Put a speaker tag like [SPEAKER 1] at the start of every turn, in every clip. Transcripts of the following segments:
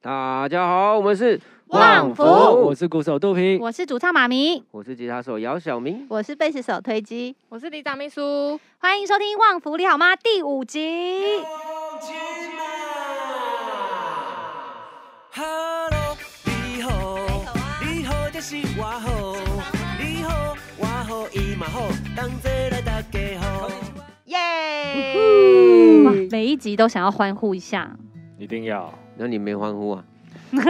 [SPEAKER 1] 大家好，我们是
[SPEAKER 2] 旺福
[SPEAKER 1] 我是鼓手杜平，
[SPEAKER 2] 我是主唱妈咪，
[SPEAKER 1] 我是吉他手姚晓明。
[SPEAKER 3] 我是贝斯手推机，
[SPEAKER 4] 我是李长秘书，
[SPEAKER 2] 欢迎收听《旺福你好吗》第五集。
[SPEAKER 5] 哈喽，你好，你好就是我好，你
[SPEAKER 3] 哦
[SPEAKER 5] 好我好伊嘛好，同齐来大家好。
[SPEAKER 3] 耶！
[SPEAKER 2] 哇每一集都想要欢呼一下，
[SPEAKER 6] 一定要。
[SPEAKER 1] 那你没欢呼啊？
[SPEAKER 6] 我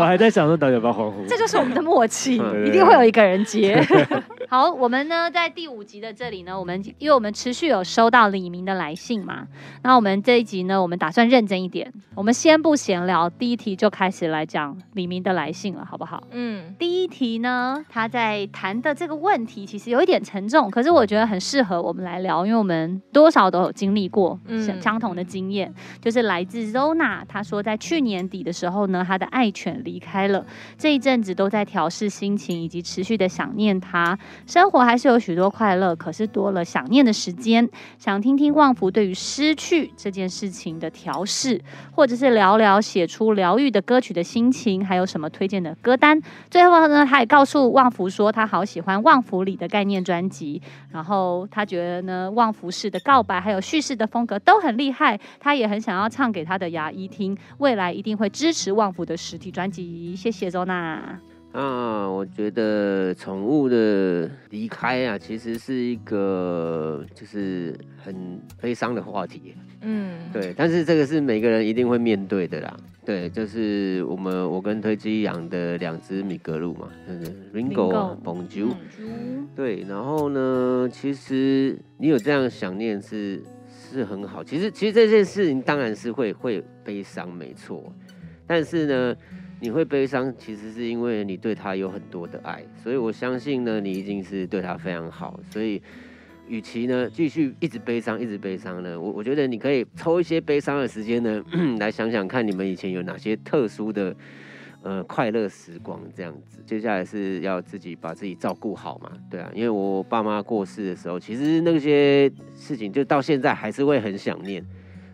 [SPEAKER 6] 还在想说到底要不要欢呼，
[SPEAKER 2] 这就是我们的默契，
[SPEAKER 6] 嗯
[SPEAKER 2] 一定会有一个人接。好，我们呢在第五集的这里呢，我们因为我们持续有收到李明的来信嘛，那我们这一集呢，我们打算认真一点，我们先不闲聊，第一题就开始来讲李明的来信了，好不好？
[SPEAKER 4] 嗯，
[SPEAKER 2] 第一题呢，他在谈的这个问题其实有一点沉重，可是我觉得很适合我们来聊，因为我们多少都有经历过
[SPEAKER 4] 嗯
[SPEAKER 2] 相相同的经验。就是来自 Zona，他说在去年底的时候呢，他的爱犬离开了，这一阵子都在调试心情以及持续的想念他。生活还是有许多快乐，可是多了想念的时间。想听听旺福对于失去这件事情的调试，或者是聊聊写出疗愈的歌曲的心情，还有什么推荐的歌单。最后呢，他也告诉旺福说，他好喜欢《旺福里》的概念专辑，然后他觉得呢，旺福式的告白还有叙事的风格都很厉害，他也很想要唱给他的牙医听，未来一定会支持旺福的实体专辑。谢谢周娜，
[SPEAKER 1] 啊，我觉得宠物的离开啊，其实是一个就是很悲伤的话题。
[SPEAKER 4] 嗯，
[SPEAKER 1] 对，但是这个是每个人一定会面对的啦。对，就是我们我跟推机养的两只米格鲁嘛，就是 Ringo 啊
[SPEAKER 2] Ringo
[SPEAKER 1] 蹦啾。
[SPEAKER 4] 嗯
[SPEAKER 1] 对，然后呢，其实你有这样想念是是很好。其实其实这件事情当然是会会悲伤，没错。但是呢，你会悲伤，其实是因为你对他有很多的爱，所以我相信呢，你一定是对他非常好。所以，与其呢继续一直悲伤，一直悲伤呢，我我觉得你可以抽一些悲伤的时间呢， 来想想看你们以前有哪些特殊的。呃，快乐时光这样子，接下来是要自己把自己照顾好嘛，对啊，因为我爸妈过世的时候，其实那些事情就到现在还是会很想念，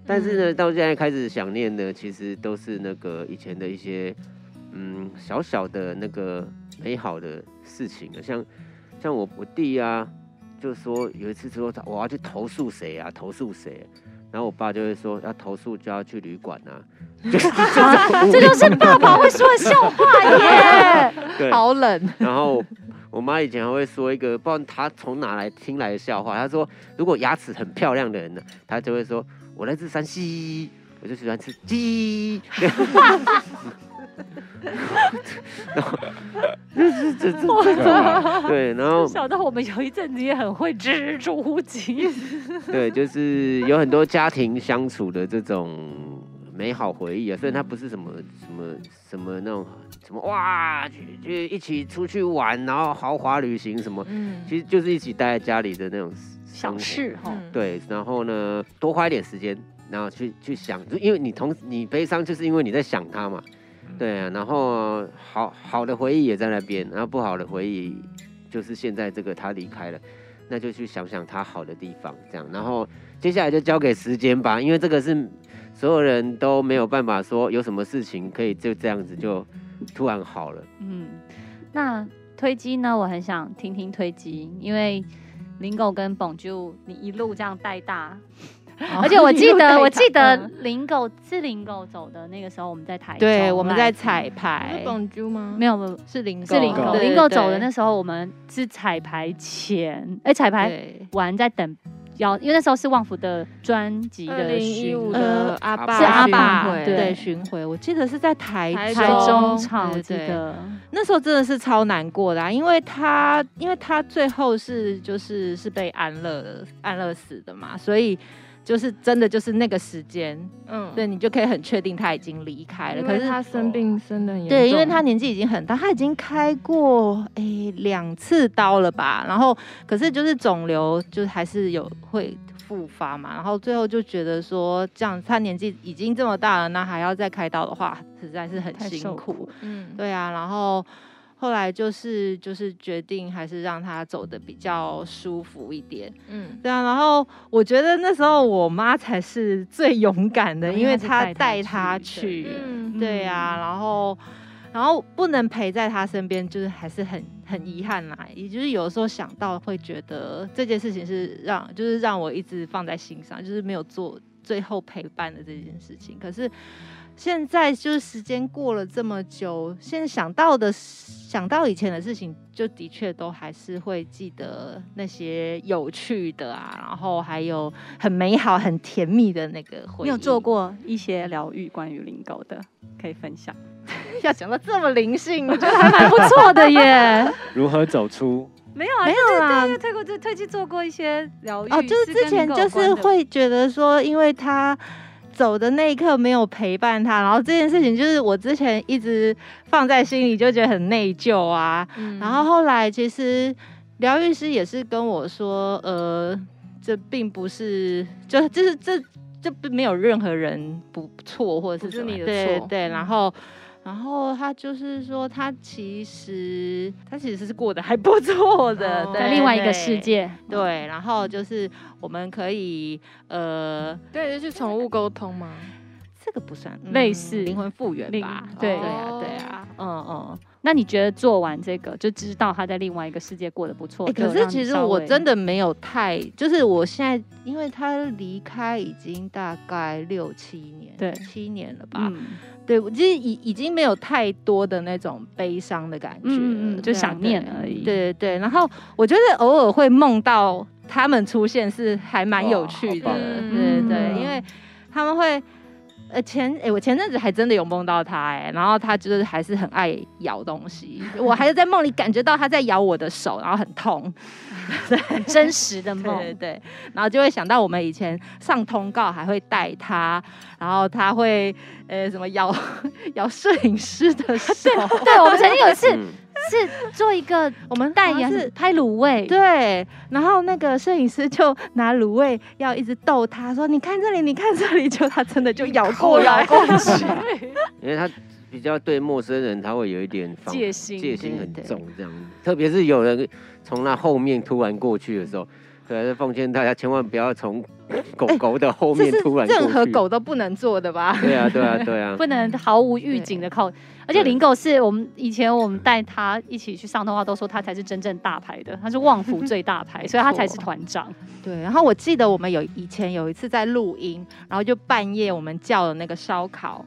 [SPEAKER 1] 但是呢，到现在开始想念呢，其实都是那个以前的一些嗯小小的那个美好的事情了，像像我我弟啊，就说有一次说我要去投诉谁啊，投诉谁、然后我爸就会说要投诉就要去旅馆啊，
[SPEAKER 2] 这就是爸爸会说的笑 话耶！
[SPEAKER 1] 对，
[SPEAKER 3] 好冷，
[SPEAKER 1] 然后我妈以前还会说一个，不知道她从哪来听来的笑话。她说，如果牙齿很漂亮的人呢，她就会说，我来自山西，我就喜欢吃鸡。 然后， 这这这这，对，然后
[SPEAKER 2] 想到我们有一阵子也很会锱铢无尽，
[SPEAKER 1] 对，就是有很多家庭相处的这种美好回忆啊。虽然它不是什么什么什么那种什么哇，去去一起出去玩，然后豪华旅行什么，
[SPEAKER 4] 嗯，
[SPEAKER 1] 其实就是一起待在家里的那种生
[SPEAKER 2] 小
[SPEAKER 1] 活。
[SPEAKER 2] 事哈。
[SPEAKER 4] 嗯，
[SPEAKER 1] 对，然后呢，多花一点时间，然后去去想，就因为你同你悲伤，就是因为你在想他嘛。对啊，然后好好的回忆也在那边，然后不好的回忆就是现在这个他离开了，那就去想想他好的地方，这样，然后接下来就交给时间吧，因为这个是所有人都没有办法说有什么事情可以就这样子就突然好了。
[SPEAKER 2] 嗯，那推机呢？我很想听听推机，因为林狗跟蹦就你一路这样带大，而且我记 得，我记得林狗是林狗走的那个时候，我们在台中
[SPEAKER 3] 对，我们在
[SPEAKER 2] 来
[SPEAKER 3] 彩
[SPEAKER 4] 是
[SPEAKER 3] 排，
[SPEAKER 4] 蹦珠吗？
[SPEAKER 2] 没有没有
[SPEAKER 3] 是林
[SPEAKER 2] 是林
[SPEAKER 6] 狗
[SPEAKER 2] 狗，林狗走的那时候我们是彩排前，哎，彩排
[SPEAKER 3] 排
[SPEAKER 2] 完在等要，因为那时候是旺福的专辑的巡
[SPEAKER 4] 2015
[SPEAKER 2] 呃
[SPEAKER 3] 呃阿爸
[SPEAKER 1] 是阿
[SPEAKER 3] 巡
[SPEAKER 2] 爸
[SPEAKER 3] 回
[SPEAKER 2] 对
[SPEAKER 3] 对巡回，我记得是在台
[SPEAKER 2] 台
[SPEAKER 4] 台
[SPEAKER 2] 中场，我
[SPEAKER 3] 对
[SPEAKER 2] 记
[SPEAKER 3] 对
[SPEAKER 2] 得
[SPEAKER 3] 那时候真的是超难过的、啊，因为他因为他最后是就是是被安乐的安乐死的嘛，所以就是真的就是那个时间，
[SPEAKER 4] 嗯，
[SPEAKER 3] 对，你就可以很确定他已经离开了。
[SPEAKER 4] 因
[SPEAKER 3] 可
[SPEAKER 4] 为
[SPEAKER 3] 是
[SPEAKER 4] 他生病生的严重，
[SPEAKER 3] 对，因为他年纪已经很大，他已经开过诶两次刀了吧，然后可是就是肿瘤就还是有会复发嘛，然后最后就觉得说这样他年纪已经这么大了，那还要再开刀的话，实在是很
[SPEAKER 2] 太
[SPEAKER 3] 辛
[SPEAKER 2] 受
[SPEAKER 3] 苦。
[SPEAKER 4] 嗯，
[SPEAKER 3] 对啊，然后后来就是就是决定还是让他走的比较舒服一点。
[SPEAKER 4] 嗯，
[SPEAKER 3] 对啊，然后我觉得那时候我妈才是最勇敢的，
[SPEAKER 2] 因为
[SPEAKER 3] 因为
[SPEAKER 2] 她是带
[SPEAKER 3] 她
[SPEAKER 2] 她
[SPEAKER 3] 带她
[SPEAKER 2] 去
[SPEAKER 3] 去
[SPEAKER 2] 的，
[SPEAKER 4] 嗯
[SPEAKER 3] 对啊，然后然后不能陪在她身边，就是还是很很遗憾啦。也就是有的时候想到会觉得这件事情是让就是让我一直放在心上，就是没有做最后陪伴的这件事情。可是现在就是时间过了这么久，现在想到的想到以前的事情，就的确都还是会记得那些有趣的啊，然后还有很美好、很甜蜜的那个回
[SPEAKER 2] 你
[SPEAKER 3] 忆。
[SPEAKER 2] 有做过一些疗愈关于灵狗的，可以分享。
[SPEAKER 3] 要讲到这么灵性，我觉得还蛮不错
[SPEAKER 2] 错的耶，
[SPEAKER 6] 如何走出？
[SPEAKER 2] 没有啊，
[SPEAKER 3] 没有啦
[SPEAKER 2] 就是推过就推去做过一些疗愈
[SPEAKER 3] 哦。就是之前就是会觉得说，因为他走的那一刻没有陪伴他，然后这件事情就是我之前一直放在心里，就觉得很内疚啊。
[SPEAKER 4] 嗯
[SPEAKER 3] 然后后来其实疗愈师也是跟我说，呃，这并不是，就就是这这并没有任何人不错或
[SPEAKER 4] 不
[SPEAKER 3] 者
[SPEAKER 4] 是
[SPEAKER 3] 是什么
[SPEAKER 4] 你的
[SPEAKER 3] 对
[SPEAKER 4] 错
[SPEAKER 2] 嗯
[SPEAKER 3] 对，然后。然后他就是说，他其实他其实是过得还不错的，
[SPEAKER 4] 哦
[SPEAKER 2] 在
[SPEAKER 3] 对
[SPEAKER 2] 另外一个世。
[SPEAKER 3] 对
[SPEAKER 2] 界，
[SPEAKER 3] 对，然后就是我们可以呃，
[SPEAKER 4] 对，就是宠物沟通嘛。
[SPEAKER 3] 这个不算、嗯
[SPEAKER 2] 类似
[SPEAKER 3] 灵魂复原
[SPEAKER 2] 灵
[SPEAKER 3] 吧？
[SPEAKER 2] 对
[SPEAKER 4] 哦
[SPEAKER 3] 对啊，对啊，嗯嗯。
[SPEAKER 2] 那你觉得做完这个就知道他在另外一个世界过得不错？
[SPEAKER 3] 欸可
[SPEAKER 2] 就让
[SPEAKER 3] 是
[SPEAKER 2] 你
[SPEAKER 3] 其实
[SPEAKER 2] 稍
[SPEAKER 3] 我
[SPEAKER 2] 微
[SPEAKER 3] 真的没有太，就是我现在，因为他离开已经大概六七年，
[SPEAKER 2] 对
[SPEAKER 3] 七年了吧？
[SPEAKER 2] 嗯
[SPEAKER 3] 对，我其实已已经没有太多的那种悲伤的感觉了，
[SPEAKER 2] 嗯嗯，就
[SPEAKER 3] 对啊
[SPEAKER 2] 想念而已。
[SPEAKER 3] 对。对对对，然后我觉得偶尔会梦到他们出现是还蛮有趣的，
[SPEAKER 6] 哇好棒
[SPEAKER 3] 对对对，
[SPEAKER 2] 嗯
[SPEAKER 3] 因为他们会。呃前哎、我前阵子还真的有梦到他哎、然后他就是还是很爱咬东 西，我还是在梦里感觉到他在咬我的手，然后很痛，
[SPEAKER 2] 很真实的
[SPEAKER 3] 对 对
[SPEAKER 2] 梦，
[SPEAKER 3] 对，然后就会想到我们以前上通告还会带他，然后他会呃什么咬 咬摄影师的 手，
[SPEAKER 2] 对我们曾经有一次
[SPEAKER 1] 嗯，
[SPEAKER 2] 是做一个
[SPEAKER 3] 我们
[SPEAKER 2] 代
[SPEAKER 3] 好像是
[SPEAKER 2] 言拍卤味，
[SPEAKER 3] 对，然后那个摄影师就拿卤味要一直逗他说：“你看这里，你看这里。”就他真的就咬过来，
[SPEAKER 2] 过去，
[SPEAKER 4] 嗯
[SPEAKER 1] 因为他比较对陌生人，他会有一点防
[SPEAKER 2] 戒心
[SPEAKER 1] 戒心
[SPEAKER 3] 对
[SPEAKER 1] 很
[SPEAKER 3] 对
[SPEAKER 1] 重这样。特别是有人从那后面突然过去的时候，对，还是奉劝大家千万不要从狗狗的后
[SPEAKER 3] 哎这
[SPEAKER 1] 面
[SPEAKER 3] 是
[SPEAKER 1] 突然过去。
[SPEAKER 3] 任何狗都不能做的吧？
[SPEAKER 1] 对啊，对啊，对啊，
[SPEAKER 2] 不能毫无预警的靠。而且林狗是我们以前我们带他一起去上通话，都说他才是真正大牌的，他是旺福最大牌，所以他才是团 长。
[SPEAKER 3] 对。然后我记得我们有以前有一次在录音，然后就半夜我们叫了那个烧烤，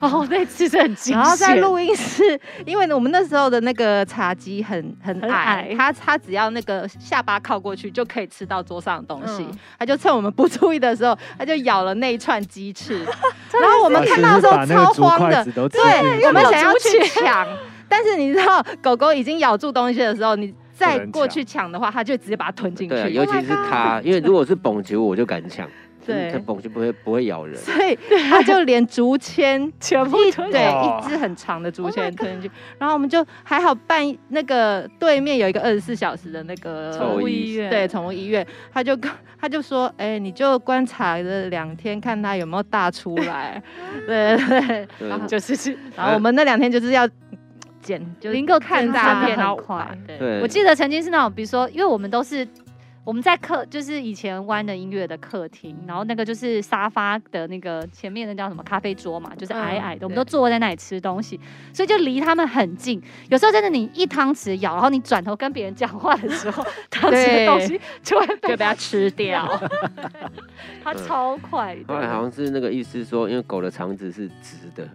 [SPEAKER 2] 哦，那次是很惊险。
[SPEAKER 3] 然后在录音室，因为呢我们那时候的那个茶几很很
[SPEAKER 2] 很
[SPEAKER 3] 矮
[SPEAKER 2] 矮，
[SPEAKER 3] 他他只要那个下巴靠过去就可以吃到桌上的东西，
[SPEAKER 4] 嗯
[SPEAKER 3] 他就趁我们不注意的时候，他就咬了那一串鸡 翅，然后我们看到的时
[SPEAKER 6] 把那
[SPEAKER 3] 候
[SPEAKER 6] 个
[SPEAKER 3] 超
[SPEAKER 6] 竹
[SPEAKER 3] 慌
[SPEAKER 6] 筷
[SPEAKER 3] 的
[SPEAKER 6] 子，都吃进
[SPEAKER 3] 对，
[SPEAKER 6] 去
[SPEAKER 3] 我们想要
[SPEAKER 2] 竹
[SPEAKER 3] 去抢， 但是你知道狗狗已经咬住东西的时候，你再
[SPEAKER 6] 不能
[SPEAKER 3] 过
[SPEAKER 6] 抢
[SPEAKER 3] 去抢的话，它就直接把它吞进去。Oh
[SPEAKER 1] 对啊，尤其是它，因为如果是蹦球，我就敢抢。
[SPEAKER 3] 对
[SPEAKER 1] 它蹦球不会不会咬人。
[SPEAKER 3] 所以它就连竹签
[SPEAKER 2] 全部
[SPEAKER 3] 一
[SPEAKER 2] 吞
[SPEAKER 6] 哦
[SPEAKER 3] 对一只很长的竹签吞进去，然后我们就还好办那个对面有一个二十四小时的那个
[SPEAKER 1] 宠物
[SPEAKER 2] 医院
[SPEAKER 3] 对宠物医院，他就 跟他就说，哎、你就观察了两天，看它有没有大出来，对对对，
[SPEAKER 1] 对，
[SPEAKER 2] 就是去。
[SPEAKER 3] 然后我们那两天就是要捡，就是
[SPEAKER 2] 林狗
[SPEAKER 3] 看
[SPEAKER 2] 真的
[SPEAKER 3] 大
[SPEAKER 2] 很
[SPEAKER 3] 片，然后
[SPEAKER 2] 快
[SPEAKER 3] 对
[SPEAKER 1] 对，
[SPEAKER 2] 我记得曾经是那种，比如说，因为我们都是。我们在客就是以前湾的音乐的客厅，然后那个就是沙发的那个前面的叫什么咖啡桌嘛，就是矮矮的，我们都坐在那里吃东西，所以就离他们很近。有时候真的你一汤匙咬，然后你转头跟别人讲话的时候， 汤匙的东西就会被
[SPEAKER 3] 就被它吃掉。
[SPEAKER 2] 它超快的。
[SPEAKER 1] 后来好像是那个意思说，因为狗的肠子是直的，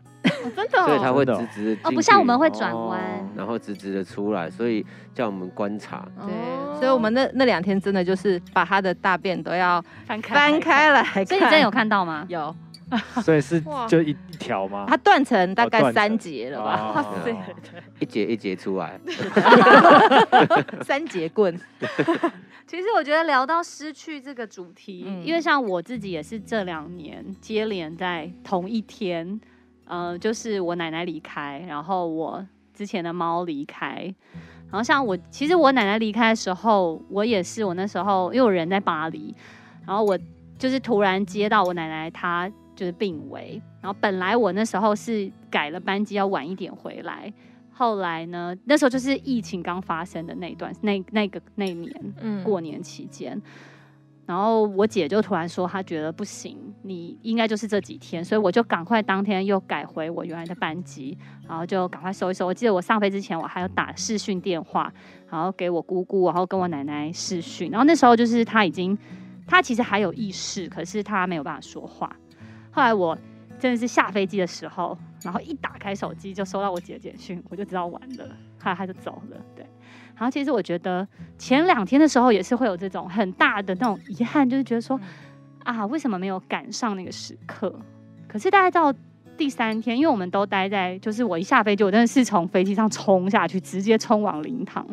[SPEAKER 3] 真的
[SPEAKER 1] 所以它会
[SPEAKER 6] 真的哦
[SPEAKER 1] 直直的
[SPEAKER 2] 哦，不像我们会转
[SPEAKER 6] 哦
[SPEAKER 2] 弯，
[SPEAKER 1] 然后直直的出来，所以叫我们观察。
[SPEAKER 4] 哦
[SPEAKER 3] 对，所以我们那那两天真的就是把它的大便都要
[SPEAKER 2] 翻开
[SPEAKER 3] 翻。开来看，
[SPEAKER 2] 所以你真的有看到吗？
[SPEAKER 3] 有，
[SPEAKER 6] 所以是
[SPEAKER 4] 哇
[SPEAKER 6] 就一一条吗？
[SPEAKER 3] 它断成大
[SPEAKER 6] 哦
[SPEAKER 3] 概
[SPEAKER 6] 断成
[SPEAKER 3] 三节了吧，
[SPEAKER 6] 哦
[SPEAKER 1] 对一节一节出来，
[SPEAKER 3] 三节棍，
[SPEAKER 2] 其实我觉得聊到失去这个主题，
[SPEAKER 3] 嗯
[SPEAKER 2] 因为像我自己也是这两年接连在同一天，呃，就是我奶奶离开，然后我之前的猫离开。然后像我，其实我奶奶离开的时候，我也是我那时候因为我人在巴黎，然后我就是突然接到我奶奶她就是病危，然后本来我那时候是改了班机要晚一点回来，后来呢，那时候就是疫情刚发生的那一段，那那个那一年，
[SPEAKER 4] 嗯
[SPEAKER 2] 过年期间，然后我姐就突然说她觉得不行，你应该就是这几天，所以我就赶快当天又改回我原来的班级，然后就赶快收一收。我记得我上飞之前，我还要打视讯电话，然后给我姑姑，然后跟我奶奶视讯。然后那时候就是她已经，她其实还有意识，可是她没有办法说话。后来我真的是下飞机的时候，然后一打开手机就收到我姐的简讯，我就知道完了，后来她就走了，对。然后其实我觉得前两天的时候也是会有这种很大的那种遗憾，就是觉得说啊，为什么没有赶上那个时刻？可是大概到第三天，因为我们都待在，就是我一下飞机，我真的是从飞机上冲下去，直接冲往灵堂，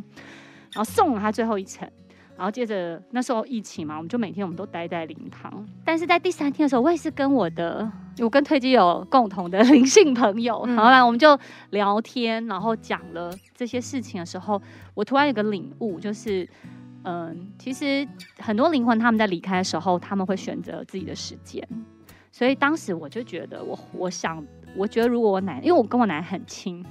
[SPEAKER 2] 然后送了他最后一程。然后接着那时候疫情嘛，我们就每天我们都待在灵堂。但是在第三天的时候，我也是跟我的我跟推机有共同的灵性朋友，
[SPEAKER 4] 嗯
[SPEAKER 2] 然后来我们就聊天，然后讲了这些事情的时候，我突然有个领悟，就是，嗯，其实很多灵魂他们在离开的时候，他们会选择自己的时间，所以当时我就觉得我，我想，我觉得如果我奶，因为我跟我奶很亲，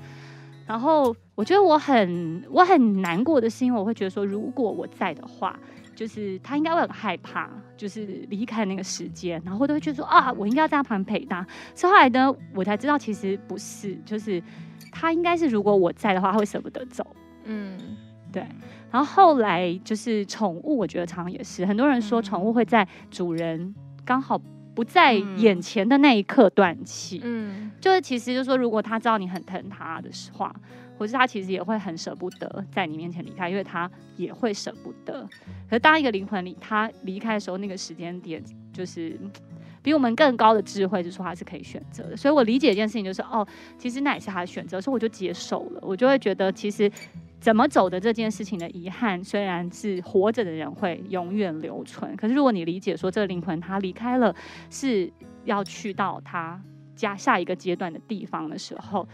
[SPEAKER 2] 然后我觉得我很我很难过的是，因为我会觉得说，如果我在的话。就是他应该会很害怕，就是离开那个时间，然后都会觉得说啊，我应该要在他旁边陪他。所以后来呢，我才知道其实不是，就是他应该是如果我在的话，他会舍不得走。
[SPEAKER 4] 嗯，
[SPEAKER 2] 然后后来就是宠物，我觉得常常也是，很多人说
[SPEAKER 4] 嗯
[SPEAKER 2] 宠物会在主人刚好不在
[SPEAKER 3] 嗯
[SPEAKER 2] 眼前的那一刻断气，
[SPEAKER 4] 嗯，
[SPEAKER 2] 就是其实就是说，如果他知道你很疼他的话，或是他其实也会很舍不得在你面前离开，因为他也会舍不得。可是当一个灵魂离他离开的时候，那个时间点就是嗯比我们更高的智慧，就是说他是可以选择的。所以我理解一件事情，就是哦，其实那也是他的选择，所以我就接受了。我就会觉得，其实怎么走的这件事情的遗憾，虽然是活着的人会永远留存，可是如果你理解说这个灵魂他离开了，是要去到他加下一个阶段的地方的时候，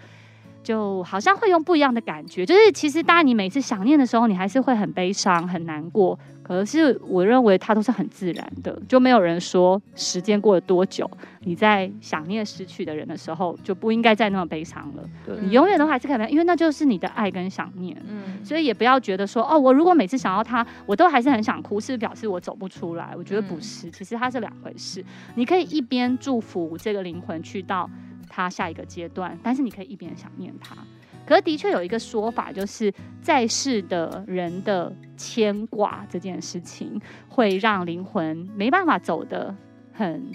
[SPEAKER 2] 就好像会用不一样的感觉。就是其实当然你每次想念的时候，你还是会很悲伤、很难过，可是我认为它都是很自然的，就没有人说时间过了多久，你在想念失去的人的时候就不应该再那么悲伤了。
[SPEAKER 1] 对
[SPEAKER 2] 你永远都还是可能，因为那就是你的爱跟想念。
[SPEAKER 4] 嗯，
[SPEAKER 2] 所以也不要觉得说哦，我如果每次想到他，我都还是很想哭，是表示我走不出来。我觉得不是，其实它是两回事。你可以一边祝福这个灵魂去到他下一个阶段，但是你可以一边想念他。可是的确有一个说法，就是在世的人的牵挂这件事情，会让灵魂没办法走的很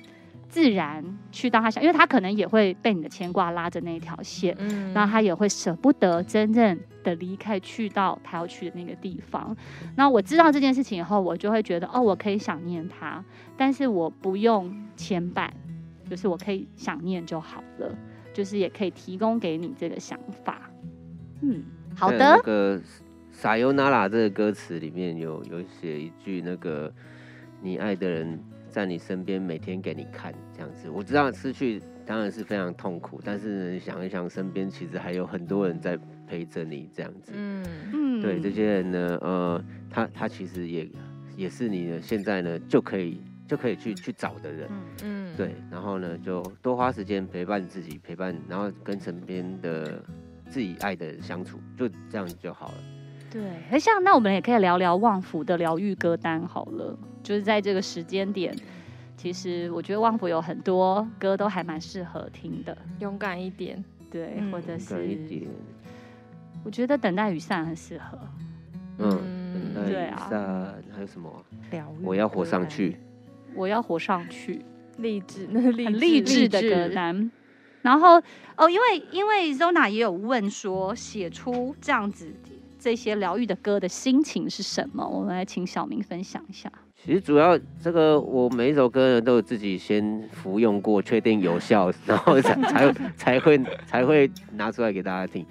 [SPEAKER 2] 自然去到他想，因为他可能也会被你的牵挂拉着那一条线。
[SPEAKER 4] 嗯
[SPEAKER 2] 那他也会舍不得真正的离开，去到他要去的那个地方。那我知道这件事情以后，我就会觉得哦，我可以想念他，但是我不用牵绊，就是我可以想念就好了，就是也可以提供给你这个想法。嗯，好
[SPEAKER 1] 在那
[SPEAKER 2] 的，
[SPEAKER 1] 个《撒尤那拉》这个歌词里面有有写一句那个你爱的人在你身边，每天给你看这样子。我知道失去当然是非常痛苦，但是你想一想，身边其实还有很多人在陪着你这样子。
[SPEAKER 4] 嗯
[SPEAKER 2] 嗯，
[SPEAKER 1] 对这些人呢，呃，他他其实也也是你呢现在呢就可以就可以去去找的人。
[SPEAKER 2] 嗯
[SPEAKER 4] 嗯，
[SPEAKER 1] 对，然后呢，就多花时间陪伴自己，陪伴，然后跟身边的自己爱的人相处，就这样就好了。
[SPEAKER 2] 对，很像。那我们也可以聊聊旺福的疗愈歌单好了，就是在这个时间点。其实我觉得旺福有很多歌都还蛮适合听的，
[SPEAKER 4] 勇敢一点，
[SPEAKER 2] 对，
[SPEAKER 4] 嗯
[SPEAKER 2] 或者
[SPEAKER 1] 感一
[SPEAKER 2] 是
[SPEAKER 1] 点，
[SPEAKER 2] 我觉得等待雨伞很适合。
[SPEAKER 1] 嗯，
[SPEAKER 4] 嗯
[SPEAKER 1] 那
[SPEAKER 2] 对
[SPEAKER 1] 以
[SPEAKER 2] 啊
[SPEAKER 1] 上还有什么？
[SPEAKER 3] 疗愈
[SPEAKER 1] 我要活上去，
[SPEAKER 2] 我要活上去，
[SPEAKER 4] 励志，那是
[SPEAKER 2] 很励志的歌，单。然后哦，因为因为 Zona 也有问说，写出这样子这些疗愈的歌的心情是什么？我们来请小明分享一下。
[SPEAKER 1] 其实主要这个我每一首歌呢都有自己先服用过，确定有效，然后才才才会才会拿出来给大家听。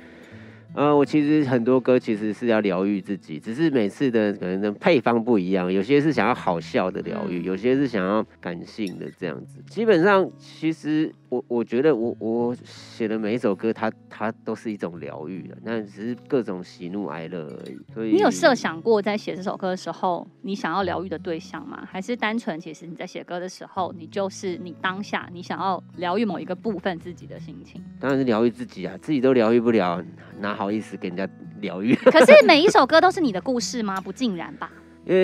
[SPEAKER 1] 呃，我其实很多歌其实是要疗愈自己，只是每次的可能的配方不一样，有些
[SPEAKER 2] 嗯
[SPEAKER 1] 是想要好笑的疗愈，有些是想要感性的这样子。基本上，其实我我觉得我我写的每一首歌它，它都是一种疗愈的，那只是各种喜怒哀乐而已。所以
[SPEAKER 2] 你有设想过在写这首歌的时候，你想要疗愈的对象吗？还是单纯其实你在写歌的时候，你就是你当下你想要疗愈某一个部分自己的心 情？
[SPEAKER 1] 当然是疗愈自己啊，自己都疗愈不了，哪好意思给人家疗愈？
[SPEAKER 2] 可是每一首歌都是你的故事吗？不尽然吧。
[SPEAKER 1] 呃、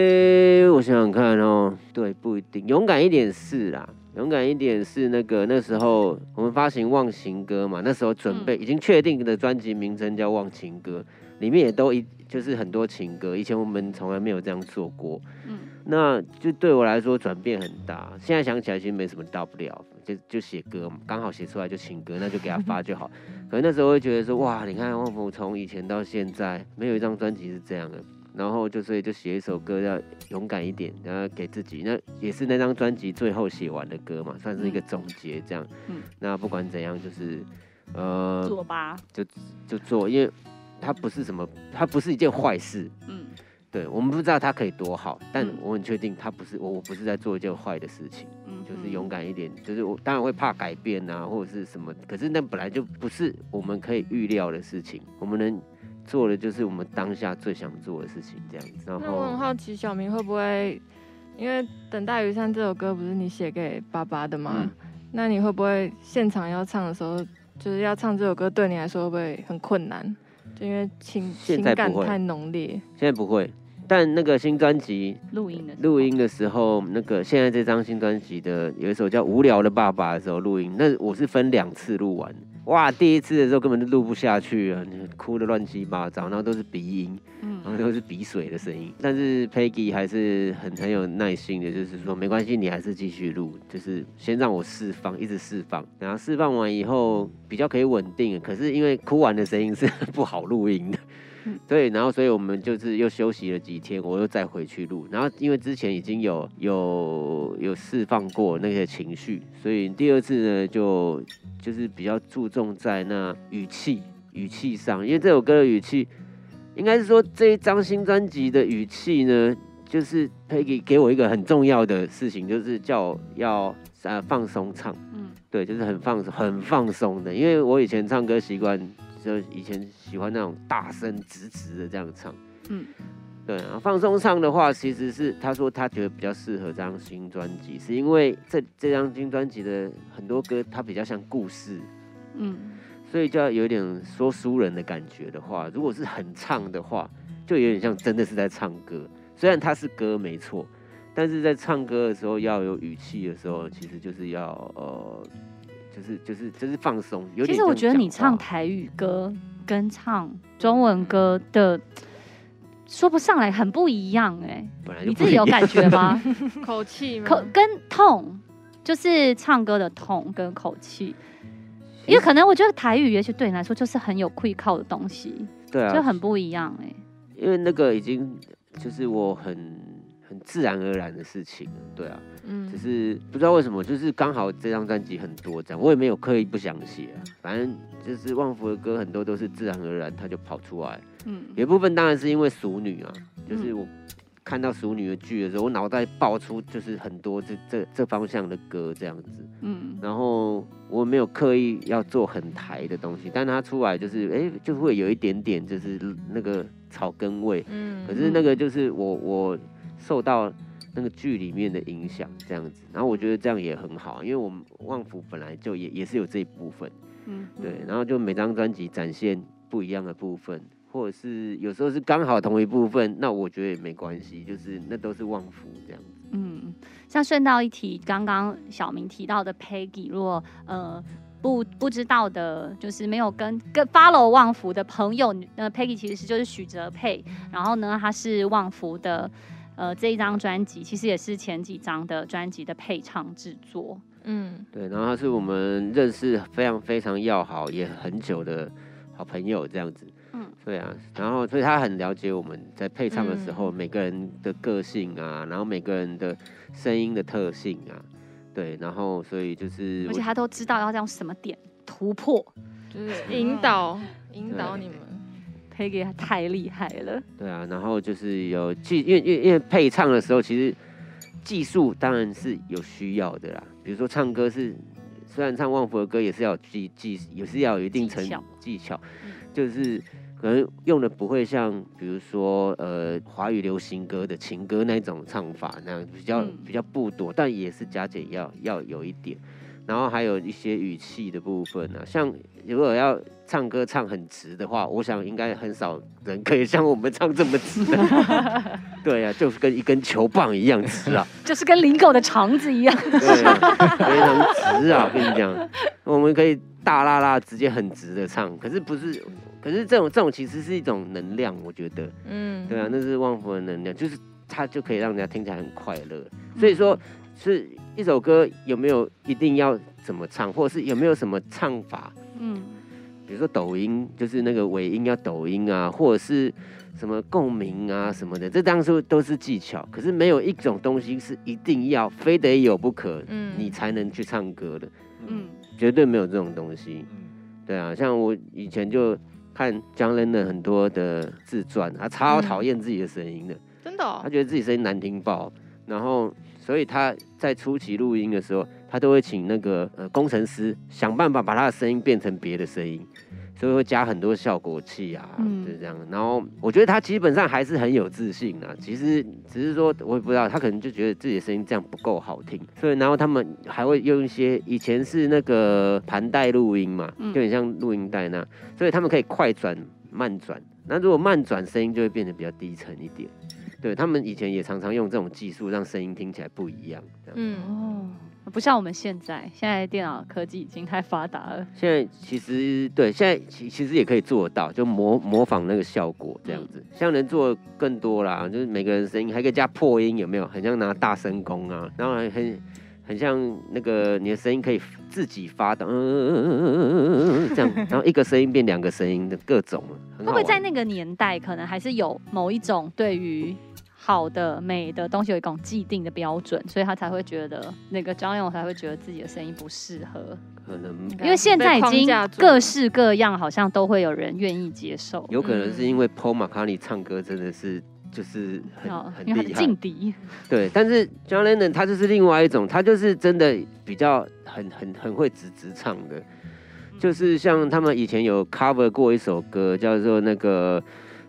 [SPEAKER 1] 我想想看哦，对，不一定，勇敢一点是啦，勇敢一点是那个那时候我们发行《忘情歌》嘛，那时候准备、已经确定的专辑名称叫《忘情歌》，里面也都一就是很多情歌，以前我们从来没有这样做过。
[SPEAKER 2] 嗯，
[SPEAKER 1] 那就对我来说转变很大。现在想起来其实没什么大不了，就就写歌嘛，刚好写出来就情歌，那就给他发 就好。可是那时候会觉得说，哇，你看旺福从以前到现在没有一张专辑是这样的。然后就所以就写一首歌要勇敢一点，然后给自己，那也是那张专辑最后写完的歌嘛，算是一个总结这样。
[SPEAKER 2] 嗯
[SPEAKER 1] 那不管怎样，就是呃，
[SPEAKER 2] 做吧。
[SPEAKER 1] 就做，因为它不是什么，它不是一件坏事，
[SPEAKER 2] 嗯，
[SPEAKER 1] 对我们不知道它可以多好，但
[SPEAKER 2] 嗯
[SPEAKER 1] 我很确定它不是我，我不是在做一件坏的事情，
[SPEAKER 2] 嗯
[SPEAKER 1] 就是勇。敢一点。就是我当然会怕改变啊，或者是什么，可是那本来就不是我们可以预料的事情，我们能做的就是我们当下最想做的事情，这样子。然
[SPEAKER 4] 那我
[SPEAKER 1] 后，
[SPEAKER 4] 很好奇，小明会不会因为《等待雨伞》这首歌不是你写给爸爸的吗？
[SPEAKER 1] 嗯
[SPEAKER 4] 那你会不会现场要唱的时候，就是要唱这首歌，对你来说会不会很困难？就因为情
[SPEAKER 1] 现
[SPEAKER 4] 情
[SPEAKER 1] 在不
[SPEAKER 4] 感
[SPEAKER 1] 会
[SPEAKER 4] 太浓烈，
[SPEAKER 1] 现在不会，但那个新专辑
[SPEAKER 2] 录音的时候
[SPEAKER 1] 录音的时候，那个现在这张新专辑的有一首叫《无聊的爸爸》的时候录音，那我是分两次录完。哇，第一次的时候根本就录不下去啊，你哭的乱七八糟，然后都是鼻音，然后
[SPEAKER 2] 嗯
[SPEAKER 1] 都是鼻水的声音。但是 Peggy 还是很很有耐心的，就是说没关系，你还是继续录，就是先让我释放，一直释放，然后释放完以后比较可以稳定。可是因为哭完的声音是不好录音的。 对，然后所以我们就是又休息了几天，我又再回去录。然后因为之前已经有有有释放过那些情绪，所以第二次呢就就是比较注重在那语气语气上，因为这首歌的语气，应该是说这一张新专辑的语气呢，就是 Peggy 给我一个很重要的事情，就是叫我要呃放松唱。
[SPEAKER 2] 嗯
[SPEAKER 1] 对，就是很放松、很放松的。因为我以前唱歌习惯，就以前喜欢那种大声、直直的这样唱。
[SPEAKER 2] 嗯，
[SPEAKER 1] 对啊。放松唱的话，其实是他说他觉得比较适合这张新专辑，是因为这这张新专辑的很多歌，它比较像故事，
[SPEAKER 2] 嗯
[SPEAKER 1] 所以就要有点说书人的感觉的话，如果是很唱的话，就有点像真的是在唱歌。虽然它是歌没错，但是在唱歌的时候要有语气的时候，其实就是要呃，就是就是就是放松。有点
[SPEAKER 2] 其实我
[SPEAKER 1] 像
[SPEAKER 2] 觉得你
[SPEAKER 1] 讲
[SPEAKER 2] 唱
[SPEAKER 1] 话
[SPEAKER 2] 台语歌跟唱中文歌的，说不上来，很不一样哎、
[SPEAKER 1] 本来就
[SPEAKER 2] 你
[SPEAKER 1] 不
[SPEAKER 2] 自己
[SPEAKER 1] 一
[SPEAKER 2] 有
[SPEAKER 1] 样
[SPEAKER 2] 感觉 吗？
[SPEAKER 4] 口气吗？
[SPEAKER 2] 口跟痛，就是唱歌的痛跟口气。因为可能我觉得台语也许对你来说就是很有愧靠的东西，
[SPEAKER 1] 对
[SPEAKER 2] 就
[SPEAKER 1] 啊，
[SPEAKER 2] 很不一样哎、
[SPEAKER 1] 因为那个已经就是我很很自然而然的事情了，对啊。只
[SPEAKER 4] 嗯，
[SPEAKER 1] 是不知道为什么，就是刚好这张专辑很多这样，我也没有刻意不想写啊。反正就是旺福的歌很多都是自然而然它就跑出来，
[SPEAKER 2] 嗯，
[SPEAKER 1] 有一部分当然是因为熟女啊，就是我看到熟女的剧的时候，我脑袋爆出就是很多这这这方向的歌这样子。
[SPEAKER 2] 嗯，
[SPEAKER 1] 然后我没有刻意要做很台的东西，但它出来就是哎、就会有一点点就是那个草根味，
[SPEAKER 4] 嗯
[SPEAKER 1] 可是那个就是我我受到那个剧里面的影响这样子，然后我觉得这样也很好，因为我们旺福本来就也也是有这一部分，
[SPEAKER 2] 嗯，
[SPEAKER 1] 对，然后就每张专辑展现不一样的部分，或者是有时候是刚好同一部分，那我觉得也没关系，就是那都是旺福这样子。
[SPEAKER 2] 嗯，像顺道一提，刚刚小明提到的 Peggy，如果呃不不知道的，就是没有跟跟 follow 旺福的朋友，呃，Peggy 其实是就是许哲佩，然后呢，他是旺福的。呃，这一张专辑其实也是前几张的专辑的配唱制作，
[SPEAKER 4] 嗯
[SPEAKER 1] 对，然后他是我们认识非常非常要好也很久的好朋友这样子。
[SPEAKER 2] 嗯，
[SPEAKER 1] 对啊，然后所以他很了解我们在配唱的时候、
[SPEAKER 2] 嗯
[SPEAKER 1] 每个人的个性啊，然后每个人的声音的特性啊，对，然后所以就是
[SPEAKER 2] 而且
[SPEAKER 1] 我
[SPEAKER 2] 他都知道要用什么点突破。嗯
[SPEAKER 4] 就是引导引导你们，
[SPEAKER 2] Peggy 太厉害了，
[SPEAKER 1] 对啊，然后就是有技，因为因为因为配唱的时候，其实技术当然是有需要的啦。比如说唱歌是虽然唱旺福的歌也是要有技技，也是要有一定程
[SPEAKER 2] 技巧
[SPEAKER 1] 技巧
[SPEAKER 2] 嗯，
[SPEAKER 1] 就是可能用的不会像比如说呃华语流行歌的情歌那种唱法那样比较、
[SPEAKER 2] 嗯
[SPEAKER 1] 比较不多，但也是加减要要有一点。然后还有一些语气的部分啊，像如果要唱歌唱很直的话，我想应该很少人可以像我们唱这么直的。 对呀、啊，就是跟一根球棒一样直啊，
[SPEAKER 2] 就是跟林狗的肠子一样，
[SPEAKER 1] 对啊，非常直啊！我跟你讲，我们可以大啦啦直接很直的唱，可是不是？可是这种这种其实是一种能量，我觉得，
[SPEAKER 3] 嗯，
[SPEAKER 1] 对啊，那是旺福的能量，就是它就可以让人家听起来很快乐。所以说，是一首歌有没有一定要怎么唱，或者是有没有什么唱法？
[SPEAKER 2] 嗯，
[SPEAKER 1] 比如说抖音，就是那个尾音要抖音啊，或者是什么共鸣啊什么的，这当初都是技巧。可是没有一种东西是一定要非得有不可，
[SPEAKER 3] 嗯
[SPEAKER 1] 你才能去唱歌的，
[SPEAKER 2] 嗯，
[SPEAKER 1] 绝对没有这种东西。
[SPEAKER 6] 嗯，
[SPEAKER 1] 对啊，像我以前就看江lennon 很多的自传，他超讨厌自己的声音的，
[SPEAKER 3] 真的哦
[SPEAKER 1] 他，觉得自己声音难听爆，然后所以他在初期录音的时候，他都会请那个呃工程师想办法把他的声音变成别的声音，所以会加很多效果器啊，
[SPEAKER 2] 嗯
[SPEAKER 1] 就是这样。然后我觉得他基本上还是很有自信啊，其实只是说我也不知道，他可能就觉得自己的声音这样不够好听，所以然后他们还会用一些以前是那个盘带录音嘛，
[SPEAKER 2] 嗯
[SPEAKER 1] 就很像录音带那，所以他们可以快转、慢转。那如果慢转，声音就会变得比较低沉一点。对他们以前也常常用这种技术让声音听起来不一样。这样
[SPEAKER 3] 嗯，
[SPEAKER 2] 哦，不像我们现在，现在电脑科技已经太发达了，
[SPEAKER 1] 现在其实对，现在其其实也可以做得到，就模模仿那个效果这样
[SPEAKER 2] 嗯
[SPEAKER 1] 子，像能做更多啦，就是每个人声音还可以加破音，有没有？很像拿大声公啊，然后还很很像那个你的声音可以自己发的，嗯嗯嗯嗯嗯嗯嗯嗯这样，然后一个声音变两个声音的各种，啊很
[SPEAKER 2] 会不
[SPEAKER 1] 好
[SPEAKER 2] 会
[SPEAKER 1] 玩。
[SPEAKER 2] 在那个年代，可能还是有某一种对于好的、美的东西有一种既定的标准，所以他才会觉得那个张勇才会觉得自己的声音不适合，
[SPEAKER 1] 可能
[SPEAKER 4] 应该
[SPEAKER 2] 因为现在已
[SPEAKER 4] 被框
[SPEAKER 2] 经
[SPEAKER 4] 架住
[SPEAKER 2] 各式各样，好像都会有人愿意接受。
[SPEAKER 1] 有可能是
[SPEAKER 2] 嗯
[SPEAKER 1] 因为 Paul McCartney 唱歌真的是就是很、
[SPEAKER 2] 哦
[SPEAKER 1] 很
[SPEAKER 2] 因为他
[SPEAKER 1] 厉
[SPEAKER 2] 的
[SPEAKER 1] 害，
[SPEAKER 2] 劲敌，
[SPEAKER 1] 对，但是 John Lennon 他就是另外一种，他就是真的比较很很很会直直唱的，就是像他们以前有 cover 过一首歌叫做那个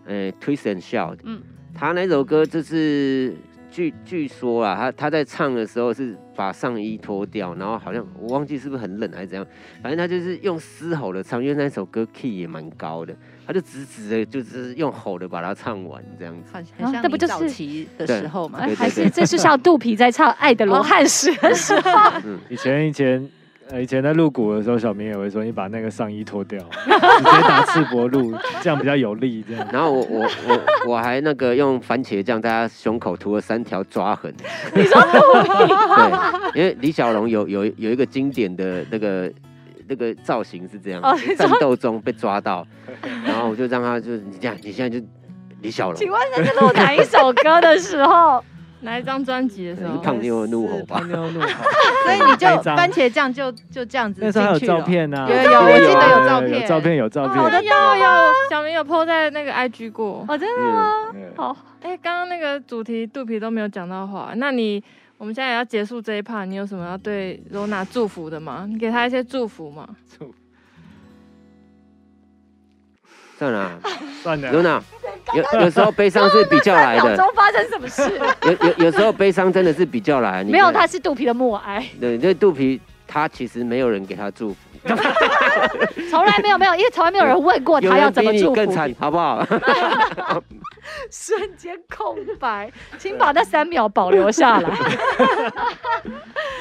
[SPEAKER 1] 呃 Twist and Shout，
[SPEAKER 2] 嗯
[SPEAKER 1] 嗯，他那首歌就是据据说啊，他他在唱的时候是把上衣脱掉，然后好像我忘记是不是很冷还是怎样，反正他就是用嘶吼的唱，因为那首歌 key 也蛮高的，他就直直的就是用吼的把它唱完这样子。
[SPEAKER 3] 好
[SPEAKER 2] 啊
[SPEAKER 3] 像
[SPEAKER 2] 那不就是
[SPEAKER 3] 早期的
[SPEAKER 1] 对
[SPEAKER 3] 时候嘛
[SPEAKER 2] 哎，
[SPEAKER 1] 对
[SPEAKER 2] 还是这是像肚皮在唱《爱的罗汉史》 的时候，
[SPEAKER 1] 嗯
[SPEAKER 6] 以前以前。呃，以前在录鼓的时候，小明也会说：“你把那个上衣脱 掉，直接打赤膊录，这样比较有力。”这样，
[SPEAKER 1] 然后我我我我还那个用番茄酱在他胸口涂了三条抓痕。你说对，因为李小龙有有有一个经典的那个那个造型是这样，
[SPEAKER 2] 哦
[SPEAKER 1] 就战斗中被抓到，然后我就让他就是你这样，你现在就李小龙，
[SPEAKER 2] 请问他是录哪一首歌的时候？
[SPEAKER 1] 嗯
[SPEAKER 4] 哪一张专辑的
[SPEAKER 1] 可
[SPEAKER 4] 时
[SPEAKER 1] 能
[SPEAKER 4] 候
[SPEAKER 1] 是？胖妞的怒吼吧
[SPEAKER 6] 胖？妞 怒吼
[SPEAKER 3] 所以你 就
[SPEAKER 6] 那一张
[SPEAKER 3] 番茄酱就就这样子
[SPEAKER 6] 那
[SPEAKER 3] 进
[SPEAKER 6] 时候还有
[SPEAKER 3] 去了
[SPEAKER 6] 照，片呢，
[SPEAKER 3] 有有有我记得有照
[SPEAKER 6] 有
[SPEAKER 3] 片哦
[SPEAKER 6] 照片，有照片。
[SPEAKER 4] 我的有有，小明有 PO 在那个 IG 过。
[SPEAKER 2] 哦，真的
[SPEAKER 1] 嗯，
[SPEAKER 6] 对
[SPEAKER 2] 好，
[SPEAKER 4] 哎，刚刚那个主题肚皮都没有讲到话，那你我们现在也要结束这一 part，你有什么要对 Rona 祝福的吗？你给她一些祝福吗？
[SPEAKER 1] 算了啊
[SPEAKER 6] 算了，
[SPEAKER 1] ，Luna，有有时候悲伤是比较来
[SPEAKER 2] 脑
[SPEAKER 1] 的，
[SPEAKER 2] 中发生什 么事？
[SPEAKER 1] 有有有时候悲伤真的是比较来。你
[SPEAKER 2] 没有，
[SPEAKER 1] 看
[SPEAKER 2] 他是肚皮的默哀，
[SPEAKER 1] 对，这肚皮他其实没有人给他祝福，
[SPEAKER 2] 从来没有没有，因为从来没有人问过
[SPEAKER 1] 有
[SPEAKER 2] 他要
[SPEAKER 1] 人
[SPEAKER 2] 怎
[SPEAKER 1] 比
[SPEAKER 2] 么
[SPEAKER 1] 你
[SPEAKER 2] 祝
[SPEAKER 1] 更
[SPEAKER 2] 福。
[SPEAKER 1] 惨，好不好？
[SPEAKER 2] 瞬间空 白，请把那三秒保留下来。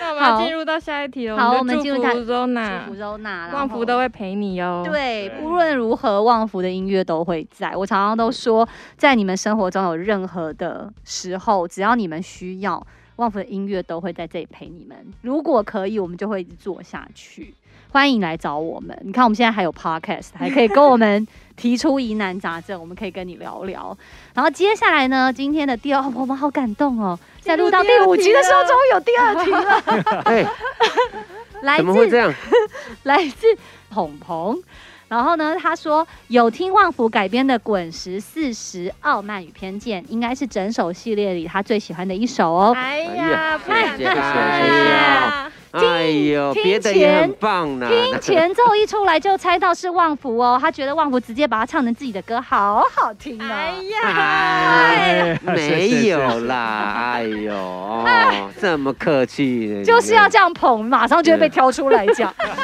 [SPEAKER 4] 那我们要
[SPEAKER 2] 好
[SPEAKER 4] 进入到下一题了，
[SPEAKER 2] 好
[SPEAKER 4] 我
[SPEAKER 2] 我们
[SPEAKER 4] 们就
[SPEAKER 2] 进
[SPEAKER 4] 祝
[SPEAKER 2] 入
[SPEAKER 4] 福
[SPEAKER 2] 到
[SPEAKER 4] Rona，
[SPEAKER 2] 州娜
[SPEAKER 4] 旺福都会陪你哦哟。，
[SPEAKER 2] 对，
[SPEAKER 6] 对
[SPEAKER 2] 无论如何，旺福的音乐都会在。我常常都说，在你们生活中有任何的时候，只要你们需要，旺福的音乐都会在这里陪你们。如果可以，我们就会一直做下去。欢迎来找我们。你看，我们现在还有 podcast，还可以跟我们提出疑难杂症，我们可以跟你聊聊。然后接下来呢，今天的第二，哦我们好感动哦，在录到第五集的时候，终于有第二题了。
[SPEAKER 1] 哎，
[SPEAKER 2] 来
[SPEAKER 1] 怎么会
[SPEAKER 2] 自
[SPEAKER 1] 这样？
[SPEAKER 2] 来自捧鹏。然后呢，他说有听旺福改编的《滚石四十傲慢与偏见》，应该是整首系列里他最喜欢的一首哦。
[SPEAKER 4] 哎
[SPEAKER 1] 哎呀
[SPEAKER 4] 呀，
[SPEAKER 1] 谢谢
[SPEAKER 4] 不然
[SPEAKER 1] 谢谢谢谢哎呦，
[SPEAKER 2] 听
[SPEAKER 1] 别的也很棒啦。
[SPEAKER 2] 听前奏一出来就猜到是旺福哦，他觉得旺福直接把他唱成自己的歌，好好听哦。
[SPEAKER 1] 哎
[SPEAKER 6] 哎
[SPEAKER 1] 没有啦，哎呦，哦这么客气，
[SPEAKER 2] 哎就是要这样捧，马上就会被挑出来讲。